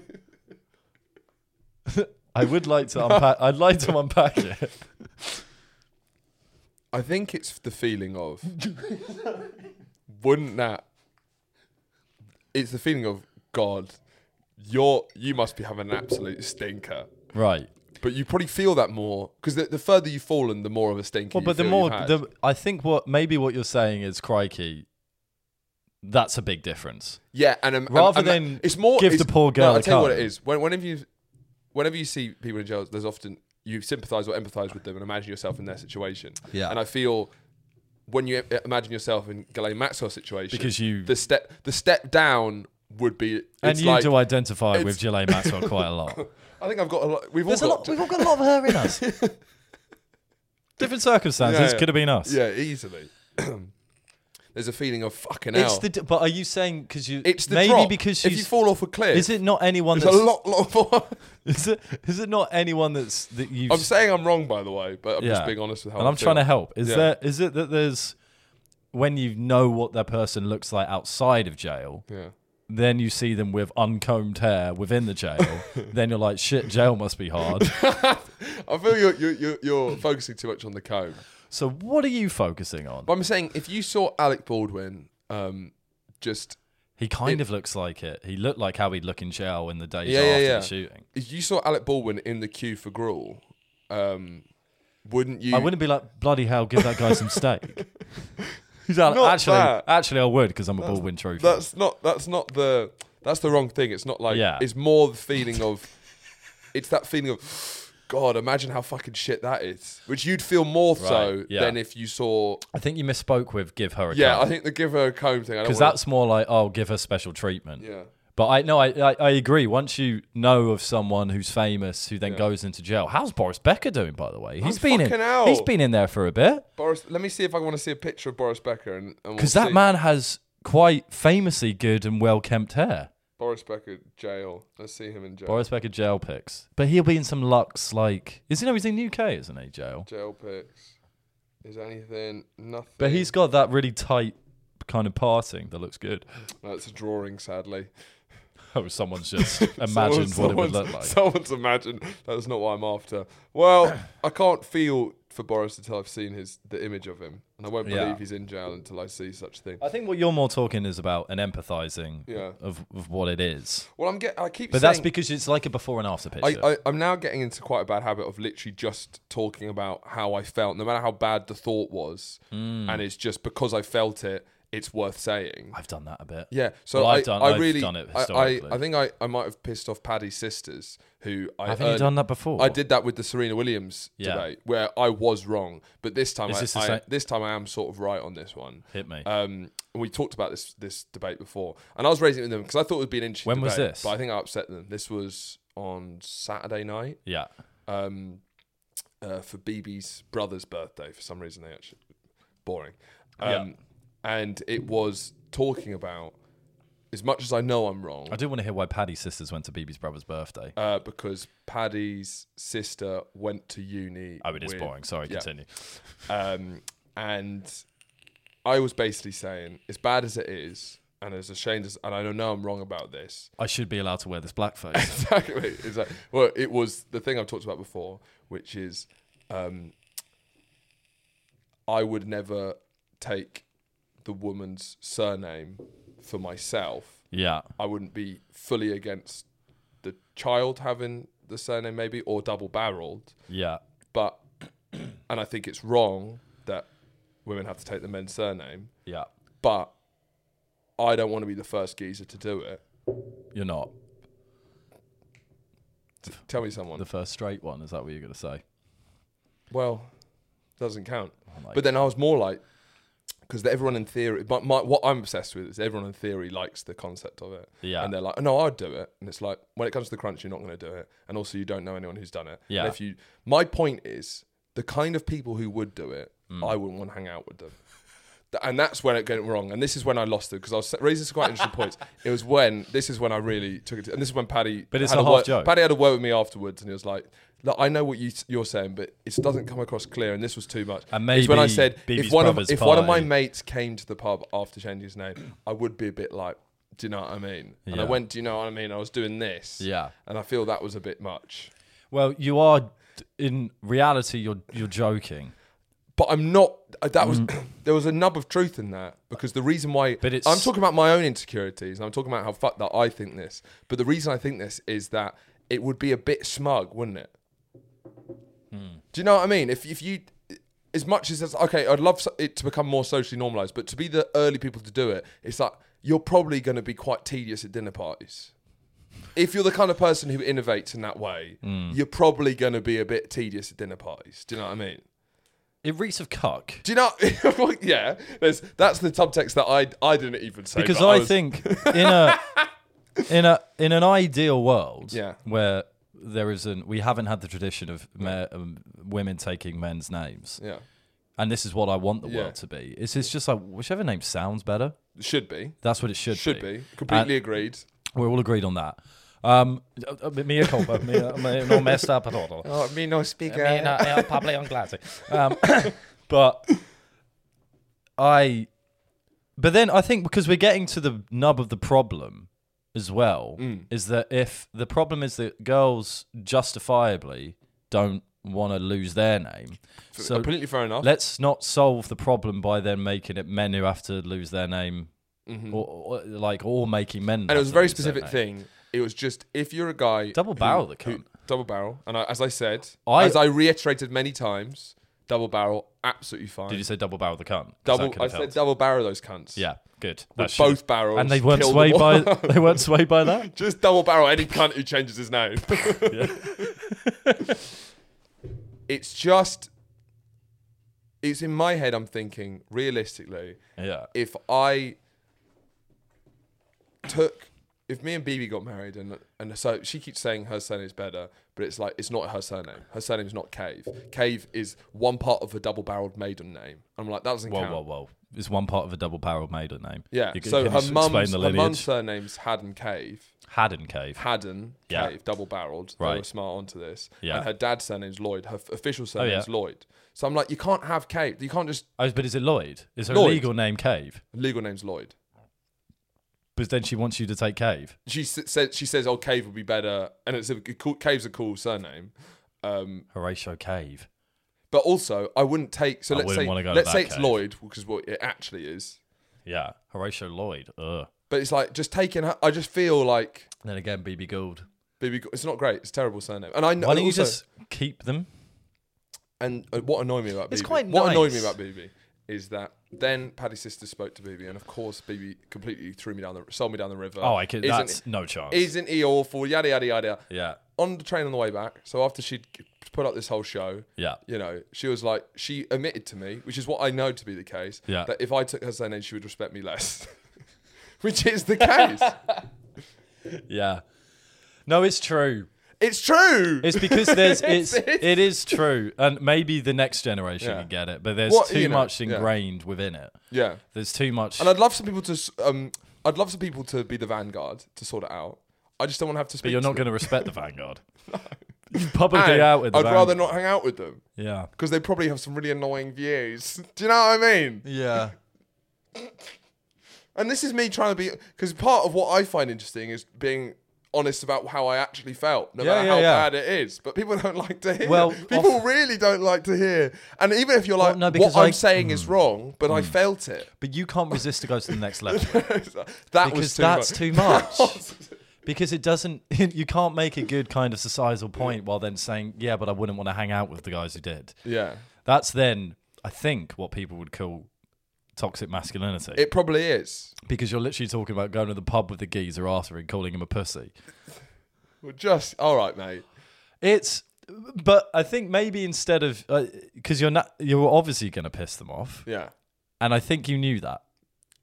I would like to unpack. I'd like to unpack it. I think it's the feeling of. wouldn't that? It's the feeling of God. You're you must be having an absolute stinker. Right. But you probably feel that more because the, the further you've fallen, the more of a stinker. Well, you but the feel more, you've had. the, I think what maybe what you're saying is, crikey, that's a big difference. yeah, and um, and- rather and that- than it's more give it's, the poor girl No, I a tell you what it cone. is. When, whenever you, whenever you see people in jail, there's often you sympathise or empathise with them and imagine yourself in their situation. Yeah. and I feel when you i- imagine yourself in Ghislaine Maxwell's situation, Because you- the step the step down would be it's and you like, do identify with it's- Ghislaine Maxwell quite a lot. I think I've got a lot. We've There's a all lot. got We've all got a lot of her in us. Different circumstances Yeah, yeah. could have been us. yeah, easily. There's a feeling of fucking hell. It's the. d- But are you saying because you? It's the maybe drop. because if she's. you fall off a cliff, is it not anyone there's that's a lot, lot of. Is it is it not anyone that's that you? I'm saying I'm wrong, by the way, but I'm just being honest with how. and I I'm trying feel. to help. Is Yeah. there is it that there's when you know what that person looks like outside of jail, Yeah. then you see them with uncombed hair within the jail, then you're like, shit, jail must be hard. I feel you're, you're, you're, you're focusing too much on the comb. so what are you focusing on? But I'm saying if you saw Alec Baldwin um, just. He kind of looks like it. He looked like how he'd look in jail in the days Yeah, yeah, after yeah. the shooting. If you saw Alec Baldwin in the queue for gruel, um, wouldn't you. I wouldn't be like, bloody hell, give that guy some steak. He's like, Not actually, that. actually, I would because I'm a Baldwin trophy. That's not. That's not the. That's the wrong thing. It's not like. Yeah. It's more the feeling of. it's that feeling of. God, imagine how fucking shit that is. Which you'd feel more so yeah. than if you saw. I think you misspoke with give her a Yeah, gun. I think the give her a comb thing. I don't because wanna- that's more like oh give her special treatment Yeah. but i no I, I i agree once you know of someone who's famous who then goes into jail how's boris becker doing by the way he's been in fucking hell. he's been in there for a bit Boris, let me see if I want to see a picture of Boris Becker and because because that man has quite famously good and well kempt hair Boris Becker jail. Let's see him in jail. boris becker jail pics but he'll be in some lux like is he no he's in uk isn't he jail Jail pics. Is there anything? Nothing. but he's got that really tight kind of parting that looks good No, it's a drawing, sadly. oh someone's just imagined what it Someone's- would look like Someone's imagined. That's not what I'm after. Well, I can't feel for Boris until I've seen his the image of him, and I won't believe Yeah. he's in jail until I see such thing. i think what you're more talking is about and empathizing Yeah. of, of what it is Well, I'm get. I keep. But saying, that's because it's like a before and after picture. I, I, I'm now getting into quite a bad habit of literally just talking about how I felt, no matter how bad the thought was, Hmm. and it's just because I felt it, it's worth saying. have done that a bit. Yeah, so Well, I, I've done- I I've really, done it I- I, historically. I, think I, I might have pissed off Paddy's sisters, who I Haven't you earn- done that before? I did that with the Serena Williams Yeah. debate, where I was wrong, but this time, Is I, this the I- same- this time I am sort of right on this one. Hit me. Um, and we talked about this this debate before, and I was raising it with them because I thought it would be an interesting. When was debate, this? But I think I upset them. This was on Saturday night yeah. um, uh, for BB's brother's birthday. For some reason, they actually boring. Um, And it was talking about as much as I know I'm wrong I do want to hear why Paddy's sisters went to BB's brother's birthday. uh, because Paddy's sister went to uni. Oh, it is with- boring. Sorry, yeah. continue. Um, and I was basically saying, as bad as it is, and as ashamed as, and I don't know I'm wrong about this, I should be allowed to wear this blackface. exactly. It's like, well, it was the thing I've talked about before, which is um, I would never take the woman's surname for myself. yeah. I wouldn't be fully against the child having the surname, maybe, or double barreled. Yeah. But, and I think it's wrong that women have to take the men's surname, Yeah. but I don't want to be the first geezer to do it. You're not Tell me someone. the first straight one. Is that what you're going to say? Well, doesn't count. my but then I was more like, because everyone in theory, but my, what I'm obsessed with is everyone in theory likes the concept of it. Yeah. And they're like, no, I'd do it. And it's like, when it comes to the crunch, you're not going to do it. And also, you don't know anyone who's done it. Yeah. And if you, my point is, the kind of people who would do it, Mm. I wouldn't want to hang out with them. Th- And that's when it went wrong. And this is when I lost it because I was raising some quite interesting points. It was when this is when I really took it. To, and this is when Paddy. But it's had a half word- joke. Paddy had a word with me afterwards, and he was like, "Look, I know what you, you're saying, but it doesn't come across clear, and this was too much." And It's when I maybe said BB's if one of brother's if one of my party. mates came to the pub after changing his name, I would be a bit like, "Do you know what I mean?" And I Yeah. went, "Do you know what I mean?" I was doing this, Yeah. and I feel that was a bit much. Well, you are. In reality, you're you're joking. But I'm not. uh, That was there was a nub of truth in that because the reason why Mm. But it's- I'm talking about my own insecurities and I'm talking about how fucked that I think this. But the reason I think this is that it would be a bit smug, wouldn't it? Hmm. Do you know what I mean? If if you as much as it's, okay, I'd love so- it to become more socially normalized, but to be the early people to do it, it's like you're probably going to be quite tedious at dinner parties. If you're the kind of person who Hmm. innovates in that way, you're probably going to be a bit tedious at dinner parties. Do you know what I mean? It reeks of cuck. Do you know? well, yeah, there's, that's the subtext that I I didn't even say because but I, was- think in a in a in an ideal world Yeah. where there isn't we haven't had the tradition of me, um, women taking men's names yeah and this is what I want the Yeah. world to be it's, it's just like whichever name sounds better should be that's what it should, Uh, should be completely agreed. we're all agreed on that um uh, uh, mea culpa mea, mea, no messed up at all Oh, me no speaker. I mean, uh, El Pablo and Gladys. Um, but I, but then I think because we're getting to the nub of the problem as well, Mm. is that if the problem is that girls justifiably don't want to lose their name, so completely fair enough. let's not solve the problem by then making it men who have to lose their name, or, or like or making men. Mm-hmm. and have it was a to very lose their specific name. thing. It was just if you're a guy Double barrel the cunt. double barrel, and I, as I said, I- as I reiterated many times, double barrel absolutely fine. Did you say double barrel the cunt? 'Cause that double? could I have said helped. double barrel those cunts. Yeah, good. That with should- both barrels, and they weren't kill them swayed by all. they weren't swayed by that. Just double barrel any cunt who changes his name. it's just, it's in my head. I'm thinking realistically, Yeah, if I took, if me and BB got married, and and so she keeps saying her surname's better, but it's like it's not her surname. Her surname's not Cave. Cave is one part of a double-barreled maiden name. I'm like that doesn't whoa, count. whoa, whoa! It's one part of a double-barreled maiden name. Yeah. You c- so can her just explain mum's the her mum's lineage. surname's Haddon Cave. Haddon Cave. Haddon Yeah. Cave, double barreled. They were Right. smart onto this. Yeah. Oh, And her dad's surname's Lloyd. Her f- official surname's yeah. Lloyd. So I'm like, you can't have Cave. You can't just Oh, but is it Lloyd? Is her Lloyd. legal name Cave? legal name's Lloyd. But then she wants you to take Cave. She s- says she says, oh, Cave would be better, and it's a cool, Cave's a cool surname. Um, Horatio Cave. but also, I wouldn't take. So I let's wouldn't say wanna go to let's that say it's Cave. Lloyd because what it actually is. Yeah, Horatio Lloyd. Ugh. But it's like just taking. her- I just feel like. Then again, BB Gould. Baby, it's not great. It's a terrible surname, and I know. Why don't also, you just keep them? And uh, what annoyed me about It's BB, quite what annoyed me nice. about BB is that then Paddy's sister spoke to BB, and of course BB completely threw me down the sold me down the river. Oh, I could. Isn't, That's no chance. isn't he awful? Yada yada yada. yeah, On the train on the way back, so after she'd put up this whole show, yeah. you know, she was like, she admitted to me, which is what I know to be the case, Yeah. that if I took her surname, she would respect me less, which is the case. Yeah. No, it's true. it's true. It's because there's it's it's- it is true, and maybe the next generation Yeah. can get it, but there's What, too you know, much yeah. ingrained within it. yeah. There's too much. And I'd love some people to, s- um, I'd love some people to be the vanguard to sort it out. I just don't want to have to speak. But you're to not them. going to respect the Vanguard. You publicly And out with the I'd rather Vanguard. not hang out with them Yeah. because they probably have some really annoying views. Do you know what I mean? Yeah. And this is me trying to be because part of what I find interesting is being honest about how I actually felt, no Yeah, matter yeah, how yeah. bad it is. But people don't like to hear. Well, people really don't like to hear. And even if you're like, no, what because I'm I- Mm. saying is wrong, but I felt it. But you can't resist to go to the next level that was because too that's much. too much. because it doesn't, you can't make a good kind of societal point while then saying, yeah, but I wouldn't want to hang out with the guys who did. Yeah, That's then, I think, what people would call toxic masculinity. it probably is. because you're literally talking about going to the pub with the geezer after and calling him a pussy. Well, just all right, mate. It's, but I think maybe instead of, because you're not, you're obviously going to piss them off. Yeah. and I think you knew that,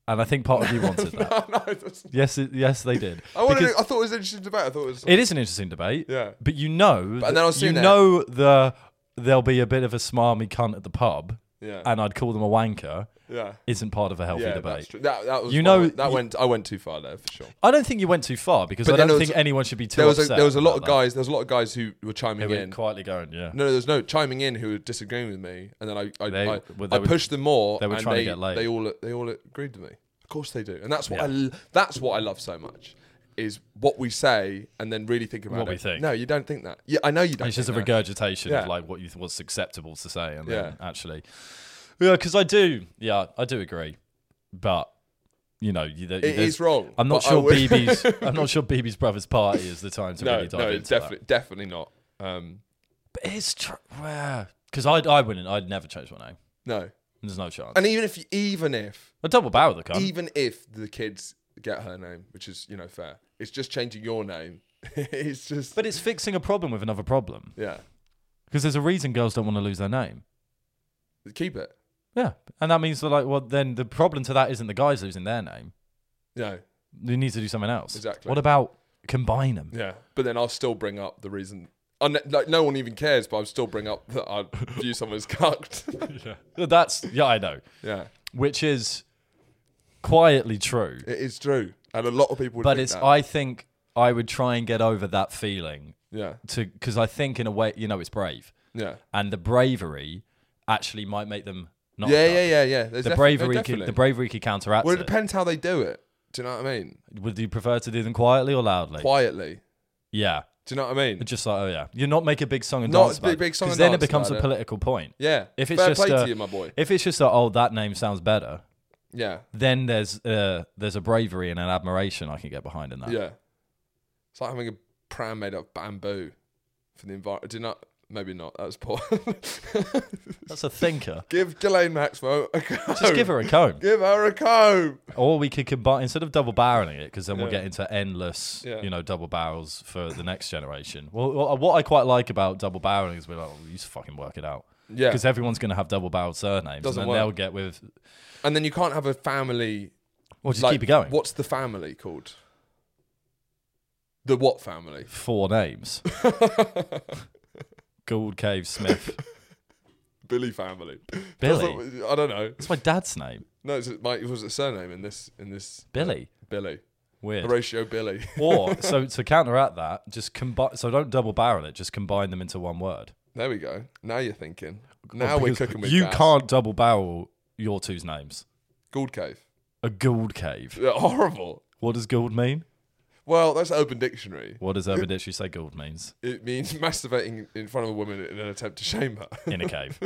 and I think part of you wanted that. no, that's- Yes, it, yes, they did. I wanted. Because I thought it was an interesting debate. I thought it was. it is an interesting debate. Yeah. but you know, then I was you sitting there- know the there'll be a bit of a smarmy cunt at the pub, yeah. and I'd call them a wanker. yeah. Isn't part of a healthy Yeah, that's debate. true. That, that was You far- know- that you- went. I went too far there for sure. I don't think you went too far because I then don't there was- think anyone should be too There was a, upset. there was a lot of about guys. There was a lot of guys who were chiming that. They were in. quietly going, yeah. No, no, there's no chiming in who were disagreeing with me, and then I I, They- I, well, they I were- pushed them more. they were and trying to they- get laid. They all they all agreed with me. Of course they do, and that's what I l I that's what I love so much is what we say and then really think about What it. we think. No, you don't think that. Yeah, I know you don't. It's just a think that. regurgitation Yeah. of like what you th- what's acceptable to say, and then Yeah. actually, yeah, because I do, yeah, I do agree, but you know, you, there, It there's- is wrong. I'm not but I sure would- BB's. I'm not sure BB's brother's party is the time to no, really dive no, into definitely, that. definitely not. Um, But it's true. Because I, I wouldn't. I'd never change my name. no, There's no chance. and E even if, you, even if, I double barrel the cunt. even if the kids get her name, which is you know fair, it's just changing your name. it's just, but it's fixing a problem with another problem. yeah. Because there's a reason girls don't want to lose their name. Keep it. Yeah, and that means that like, well, then the problem to that isn't the guys losing their name. No. They need to do something else. Exactly. What about combine them? Yeah. But then I'll still bring up the reason. I ne- like no one even cares, but I'll still bring up that I view someone as cucked. That's yeah, I know, yeah, which is quietly true, it is true, and a lot of people. Would but think it's that. I think I would try and get over that feeling yeah, to because I think in a way you know it's brave, yeah, and the bravery actually might make them not. yeah, a cuck. yeah, yeah, yeah. There's Oh, The defi- bravery, definitely. could, the bravery could counteract Well, it it. depends how they do it. Do you know what I mean? Would you prefer to do them quietly or loudly? Quietly. yeah, Do you know what I mean? just like oh yeah, you're not make a big song and Not dance a big- about big song because and then dance it becomes about a it. political point. Yeah. If it's fair just play a- to you, my boy. If it's just a, oh that name sounds better, Yeah. then there's uh, there's a bravery and an admiration I can get behind in that. Yeah. It's like having a pram made of bamboo for the environment. Do you not? Maybe not. That was poor. That's a thinker. give Ghislaine Maxwell a comb. Just give her a comb, Give her a comb. or we could combine instead of double barreling it, because then we'll Yeah. get into endless, Yeah. you know, double barrels for the next generation. Well, well, what I quite like about double barreling is we're like, oh, you just fucking work it out, Yeah. because everyone's going to have double barreled surnames, Doesn't and then work. they'll get with, And then you can't have a family. well, just like, keep it going. What's the family called? The what family? Four names: Gould, Cave, Smith, Billy family. Billy. I don't know. That's my dad's name, No, it's my, it was a surname in this in this Billy. Billy. Weird. Horatio Billy. or so to counteract that, just combine. So don't double barrel it. Just combine them into one word. There we go. Now you're thinking. Now we're Oh, Because cooking with You gas. can't double barrel your two's names. Gould Cave. A Gould cave. They're horrible. What does Gould mean? Well, that's Open Dictionary. What does Urban Dictionary say Gould means? It means masturbating in front of a woman in an attempt to shame her. In a cave.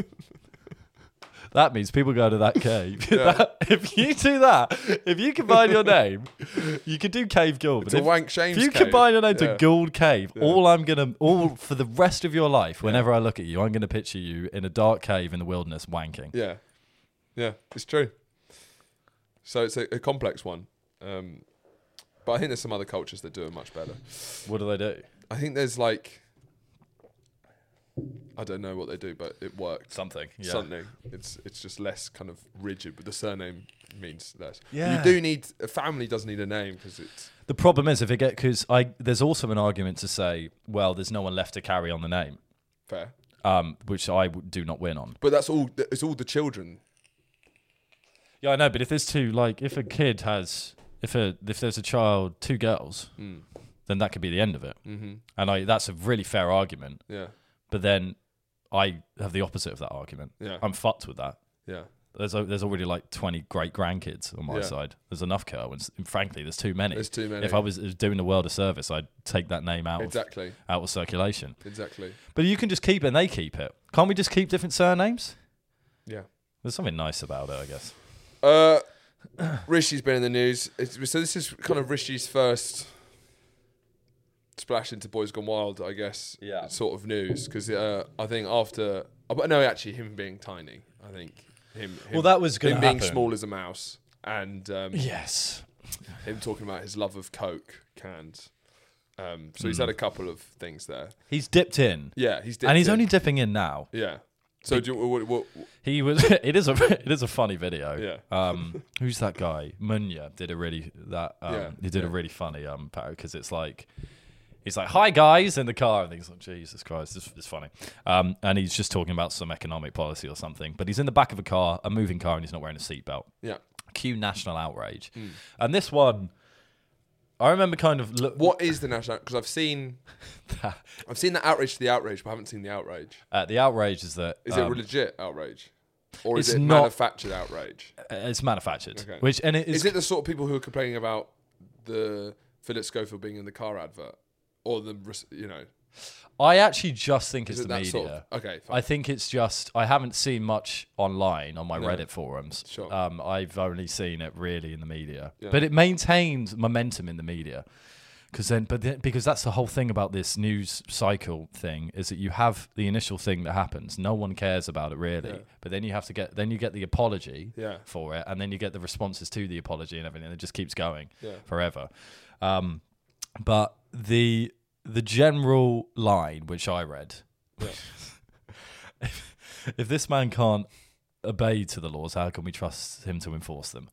That means people go to that cave. Yeah. That- if you do that, if you combine your name, you could do Cave Gould. It's but a if- wank shame. If you combine your name Yeah. to Gould Cave, all I'm gonna, all for the rest of your life, whenever I look at you, I'm gonna picture you in a dark cave in the wilderness wanking. Yeah. Yeah, it's true. So it's a, a complex one. Um, but I think there's some other cultures that do it much better. What do they do? I think there's like. I don't know what they do, but it works. Something. Yeah. Something. It's it's just less kind of rigid, but the surname means less. But Yeah. You do need a family does need a name because it's The problem is if it get because I there's also an argument to say, well, there's no one left to carry on the name, fair. um, which I w- do not win on. But that's all. It's all the children. Yeah, I know. But if there's two, like, if a kid has, if a if there's a child, two girls, Mm. then that could be the end of it. Mm-hmm. And I that's a really fair argument. Yeah. But then I have the opposite of that argument. Yeah. I'm fucked with that. yeah. There's a, there's already like 20 great grandkids on my Yeah. side. There's enough Kerwins. And frankly, there's too many. There's too many. If I was doing the world a service, I'd take that name out of, exactly. out of circulation. Exactly. But you can just keep it and they keep it. Can't we just keep different surnames? Yeah. There's something nice about it, I guess. Uh, Rishi's been in the news. It's, so this is kind of Rishi's first splash into Boys Gone Wild, I guess. Yeah. Sort of news because uh, I think after, oh, but no, actually, him being tiny, I think him. him Well, that was gonna him being happen. small as a mouse and um, Yes. him talking about his love of Coke cans. Um, so he's had a couple of things there. He's dipped in. Yeah, he's Mm. and he's dipped only dipping in now. in. yeah. So do you, what, what, He was it is a it is a funny video. Yeah. Um who's that guy? Munya did a really that um, Yeah, he did a yeah. really funny um because it's like he's like hi guys in the car and he's like Jesus Christ this is funny. Um and he's just talking about some economic policy or something but he's in the back of a car, a moving car and he's not wearing a seatbelt. yeah. Cue national outrage. Hmm. And this one I remember kind of look What is the national? Because I've seen, I've seen the outrage to the outrage, but I haven't seen the outrage. Uh, the outrage is that Is it um, a legit outrage, or is it's it not- manufactured outrage? it's manufactured, Okay. which and it is, Is it the sort of people who are complaining about the Philip Schofield being in the car advert, or the res- you know? I actually just think Is it's it the that media. sort of okay? Fine. I think it's just I haven't seen much online on my Reddit forums. Sure. Um, I've only seen it really in the media, Yeah. but it maintained momentum in the media. Because then, but then, because that's the whole thing about this news cycle thing is that you have the initial thing that happens. No one cares about it really, but then you have to get then you get the apology Yeah. for it, and then you get the responses to the apology and everything. It just keeps going Yeah. forever. Um, but the the general line which I read, if, if this man can't obey to the laws, how can we trust him to enforce them?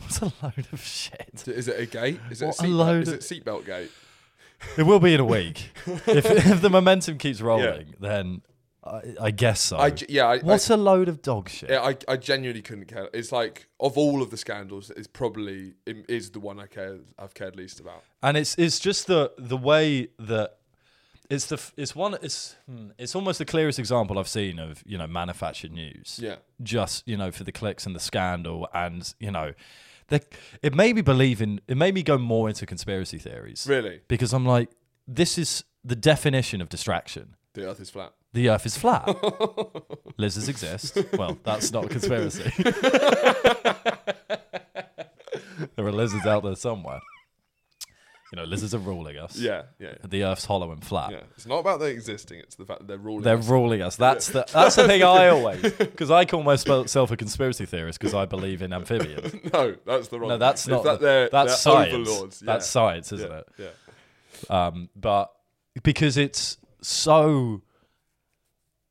What a load of shit. Is it a gate? Is it What a a seat? load is of- it seatbelt gate? It will be in a week. if, if the momentum keeps rolling, then I, I guess so. I g- yeah, I, I, what a load of dog shit. yeah, I, I genuinely couldn't care. It's like of all of the scandals, it's probably it is the one I care I've cared least about. and it's it's just the the way that it's the f- it's one it's hmm, it's almost the clearest example I've seen of you know manufactured news. Yeah, Just you know for the clicks and the scandal and you know, they, it made me believe in it made me go more into conspiracy theories really, because I'm like this is the definition of distraction. the Earth is flat. The Earth is flat. Lizards exist. Well, that's not a conspiracy. there are lizards out there somewhere. You know, lizards are ruling us. Yeah, yeah, The Earth's hollow and flat. yeah. It's not about they existing. It's the fact that they're ruling. They're us. ruling us. That's the that's the thing I always because I call myself a conspiracy theorist because I believe in amphibians. no, that's the wrong. No, that's it's not. That the- they're, that's they're science. overlords. Yeah. That's science, isn't yeah, it? Yeah. um, but because it's so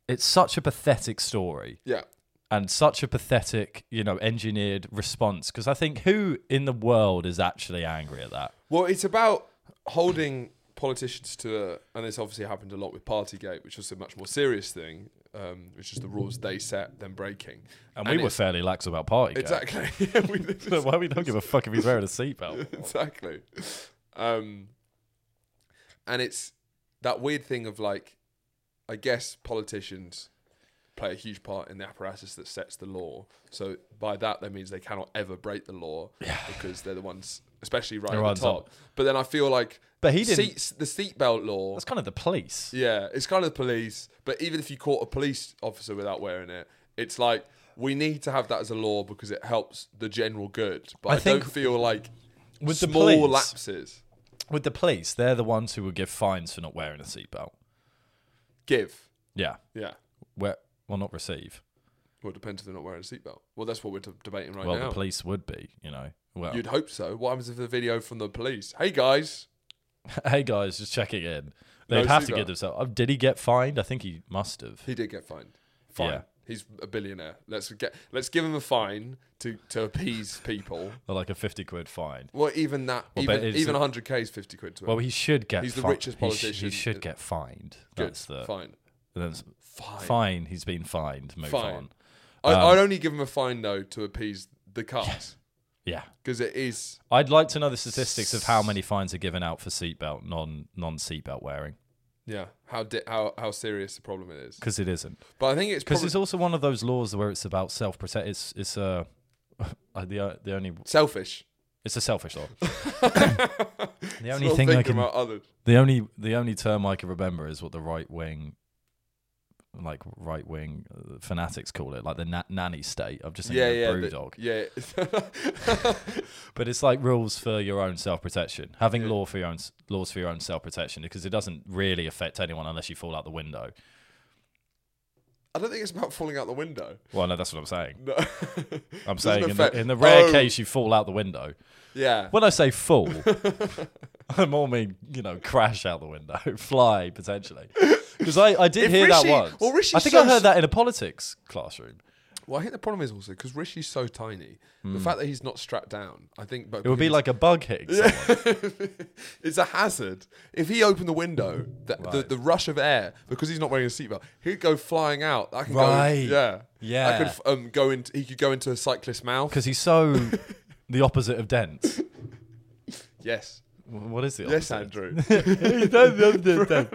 it's such a pathetic story Yeah. and such a pathetic you know engineered response because i think who in the world is actually angry at that Well, it's about holding politicians to, a, and this obviously happened a lot with Partygate, which was a much more serious thing, um, which is the rules they set, then breaking. and, we were it's- fairly lax about party cake. exactly. Yeah, we did so why we don't give a fuck if he's wearing a seatbelt exactly. Um, and it's that weird thing of like, I guess politicians play a huge part in the apparatus that sets the law. So by that, that means they cannot ever break the law because they're the ones, especially right They're at on the top. top. But then I feel like But he didn't- seats, the seatbelt law. that's kind of the police Yeah, it's kind of the police. But even if you caught a police officer without wearing it, it's like we need to have that as a law because it helps the general good. But I I, think don't feel like with the small police- lapses with the police they're the ones who will give fines for not wearing a seatbelt give. yeah Yeah. where well not receive Well, it depends if they're not wearing a seatbelt. Well, that's what we're de- debating right well now. the police would be you know well You'd hope so. What happens if the video from the police? Hey guys, hey guys, just checking in. They'd No have to seatbelt. give themselves. Oh, did he get fined? I think he must have. he did get fined. Fine. Yeah. He's a billionaire. Let's get let's give him a fine to to appease people. Or like a fifty quid fine. Well, even that, but even it's even a- 100k is 50 quid to him. Well, he should get. He's the fi- richest he sh- He, politician. should get fined. Good. That's the fine. that's Fine. fine. He's been fined. Move Fine. on. I, Um, I'd only give him a fine though to appease the cut Yeah, because it is I'd like to know the statistics of how many fines are given out for seatbelt non non seatbelt wearing yeah how di- how how serious the problem it is. because it isn't. But I think it's Because probably it's also one of those laws where it's about self protect. It's it's uh, the o- the only selfish. it's a selfish law. the It's only not thing I thinking can about others. The only the only term I can remember is what the right wing, like right wing uh, fanatics call it, like the na- nanny state. I'm just thinking Yeah, of yeah, brew the- dog. yeah. But it's like rules for your own self protection, having law for your own s- laws for your own self protection, because it doesn't really affect anyone unless you fall out the window. I don't think it's about falling out the window. Well, no, that's what I'm saying. No. I'm Doesn't saying in affect- the, in the rare Oh. case you fall out the window. yeah, When I say fall, I more mean you know crash out the window, fly potentially. Because I, I did If hear that Rishi- once. well, I Rishi's think so I heard s- that in a politics classroom. well, I think the problem is also because Rishi's so tiny. The fact that he's not strapped down, I think, but Hmm. It would be like a bug hitting. someone. it's a hazard. If he opened the window, the, the, the rush of air because he's not wearing a seatbelt, he'd go flying out. I could Right. Go, yeah. Yeah. I could f- um, go into. He could go into a cyclist's mouth. because he's so the opposite of dense. Yes. W- What is the Yes, opposite? Andrew. Yes, Andrew.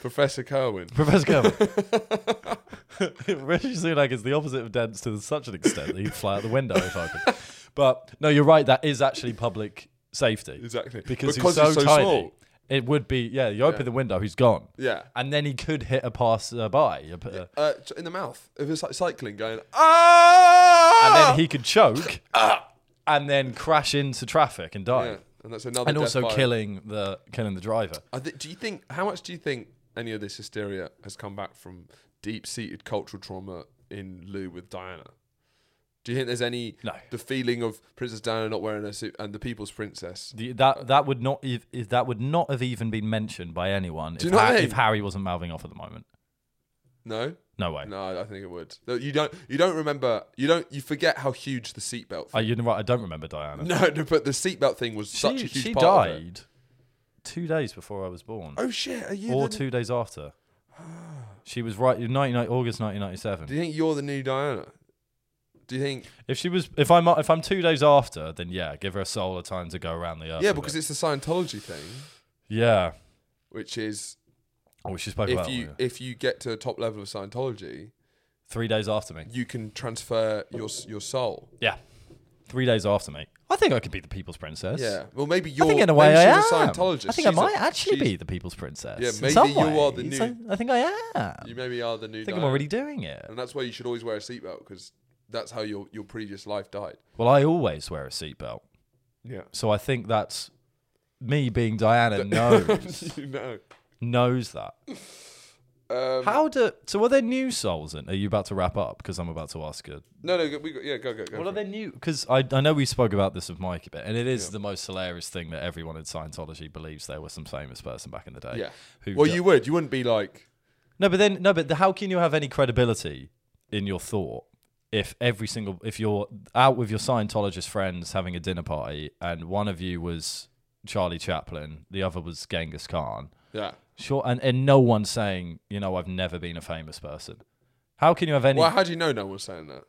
Professor Kerwin. Professor Kerwin. Rishi Sunak is the opposite of dense to such an extent that he'd fly out the window if I could. But no, you're right. That is actually public safety. Exactly. Because, Because he's so, he's so tiny. small. It would be yeah. You open the window, he's gone. Yeah. and then he could hit a passerby, a p- a- Uh, t- in the mouth. If it's like cycling, going ah, and then he could choke, and then crash into traffic and die, Yeah, and that's another. and death also by- killing the killing the driver. I thi- do you think how much do you think any of this hysteria has come back from deep-seated cultural trauma in lieu with Diana? Do you think there's any No. the feeling of Princess Diana not wearing a suit and the people's princess? The, that that would not if, if that would not have even been mentioned by anyone if, you know what I Har- mean? if Harry wasn't mouthing off at the moment. No, No way. no, I think it would. No, you don't. You don't remember. You don't. You forget how huge the seatbelt. Oh, you're right. I don't remember Diana. No, no, but the seatbelt thing was such a she huge she part of it. died two days before I was born, Oh shit! Are you? or the- two days after. She was right. 99 August nineteen ninety seven. Do you think you're the new Diana? Do you think? If she was, if I'm, if I'm two days after, then yeah, give her a soul a time to go around the earth. yeah, with because it. it's the Scientology thing, yeah. which is Oh, she spoke if about you it. if you get to a top level of Scientology, three days after me. you can transfer your s- your soul. Yeah, three days after me. I think I could be the people's princess. Yeah. Well, maybe I you're. think in a way maybe I am. she's a Scientologist. I think I She's a- might actually she's- be the people's princess. Yeah, in maybe some you are the ways. new- I, I think I am. You maybe are the new. I think I'm Diana. already doing it. And that's why you should always wear a seatbelt because that's how your your previous life died. Well, I always wear a seatbelt, Yeah. so I think that's me being Diana knows you know. knows that. Um, How do so? Are there new souls in? Are you about to wrap up? Because I'm about to ask a No, no, go- we got, yeah, go, go, go. Well, for are it. they new? Because I, I know we spoke about this with Mike a bit, and it is the most hilarious thing that everyone in Scientology believes there was some famous person back in the day. Yeah. Who Well, do- you would. You wouldn't be like. no, but then no, but the, how can you have any credibility in your thought if every single if you're out with your Scientologist friends having a dinner party and one of you was Charlie Chaplin, the other was Genghis Khan, Yeah. sure, and and no one saying you know I've never been a famous person. How can you have any? Well, how do you know no one's saying that?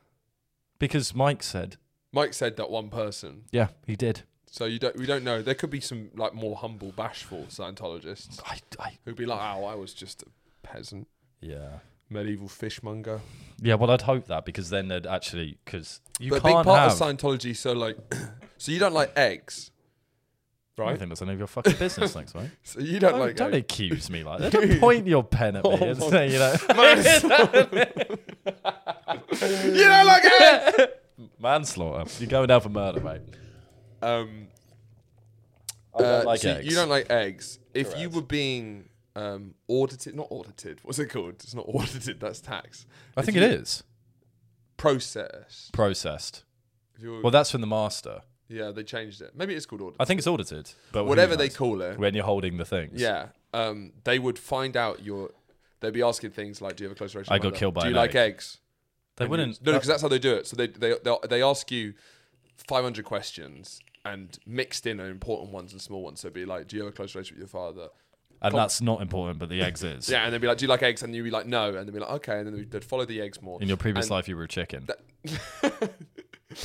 because Mike said, Mike said that one person, yeah, he did. so you don't. We don't know. There could be some like more humble, bashful Scientologists I, I who'd be like, "Oh, I was just a peasant, yeah. medieval fishmonger." Yeah, well, I'd hope that because then they'd actually because you but a big can't part have. of Scientology, so like, so you don't like eggs, I right? think that's none of your fucking business, thanks, mate. So you don't Don't, like Oh, uh, Oh don't eggs. accuse me like that. Don't point your pen at me and say, you know, you don't like eggs. manslaughter. You're going down for murder, mate. Um, I don't uh, like so eggs. You don't like eggs. If you were being um, audited, not audited. What's it called? It's not audited. That's tax. I If think you- it is processed. processed. If you were- Well, that's from the master. yeah, they changed it. Maybe it's called audit. I think it's audited, but who Whatever they knows? call it. when you're holding the things. Yeah. Um, they would find out your. They'd be asking things like, "Do you have a close relationship?" I with got my killed mother? by Do you an like egg." eggs? they And you- wouldn't. no, because that's how they do it. So they they they, they ask you five hundred questions and mixed in are important ones and small ones. So it'd be like, "Do you have a close relationship with your father?" and that's not important, but the eggs is. Yeah, and they'd be like, "Do you like eggs?" And you'd be like, "No," and they'd be like, "Okay," and then they'd follow the eggs more. In your previous And- life, you were a chicken, but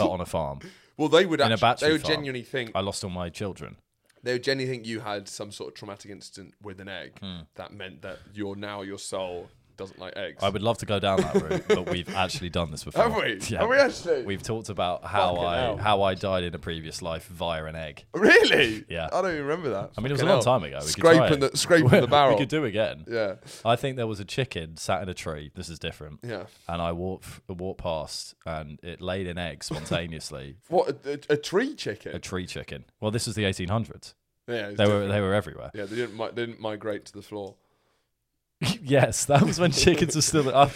on a farm. well, they would a actually, battery they would farm. genuinely think I lost all my children. they would genuinely think you had some sort of traumatic incident with an egg Hmm. that meant that you're now your soul doesn't like eggs. I would love to go down that route, but we've actually done this before. Have we? Yeah. Have we actually? We've talked about how Fucking I hell. how I died in a previous life via an egg. really? Yeah. I don't even remember that. I mean, it was a long time ago. We could try Scraping it. the scraping the barrel. We could do again. yeah, I think there was a chicken sat in a tree. This is different. yeah. And I walked walked past, and it laid an egg spontaneously. What a, a tree chicken? a tree chicken. Well, this was the 1800s. yeah, it's They were different. they were everywhere. yeah, they didn't mi- they didn't migrate to the floor. yes, that was when chickens were still up.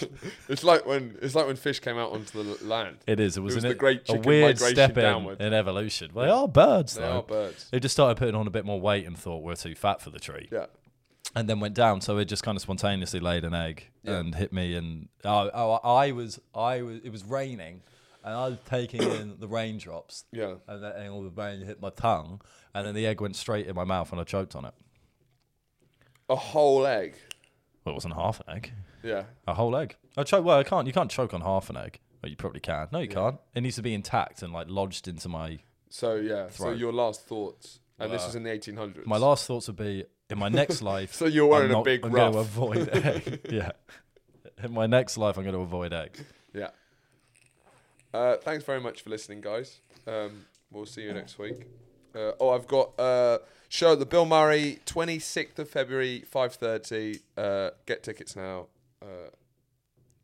It's like when it's like when fish came out onto the l- land. It is. It was, was an- the great a chicken weird migration step in, downward. in evolution. Well, they are birds They though. are birds. They just started putting on a bit more weight and thought we're too fat for the tree. Yeah. and then went down. So it just kind of spontaneously laid an egg Yeah. and hit me. And oh, oh, I was, I was, it was raining, and I was taking in the raindrops, Yeah. and then and all the rain hit my tongue, and then the egg went straight in my mouth, and I choked on it. A whole egg. Well, it wasn't half an egg, Yeah. a whole egg. I choke. Well, I can't. You can't choke on half an egg. Well, you probably can. No, you can't. It needs to be intact and like lodged into my. So yeah. So Throat. Uh, your last thoughts, and this was in the 1800s. My last thoughts would be in my next life. So you're I'm wearing a not- big I'm going to ruff. avoid egg. yeah. In my next life, I'm going to avoid eggs. Yeah. Uh, thanks very much for listening, guys. Um, we'll see you next week. Uh, oh, I've got uh, show at the Bill Murray, twenty sixth of February, five thirty. Uh, get tickets now. Uh,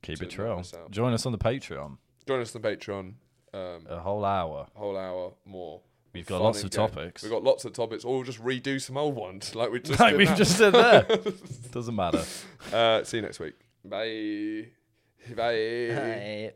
Keep to it true. myself. Join us on the Patreon. join us on the Patreon. Um, A whole hour. whole hour more. We've got Fun lots and of game. topics. We've got lots of topics. Or we'll just redo some old ones, like we just. like did we've now. just said there. Doesn't matter. Uh, see you next week. Bye. Bye.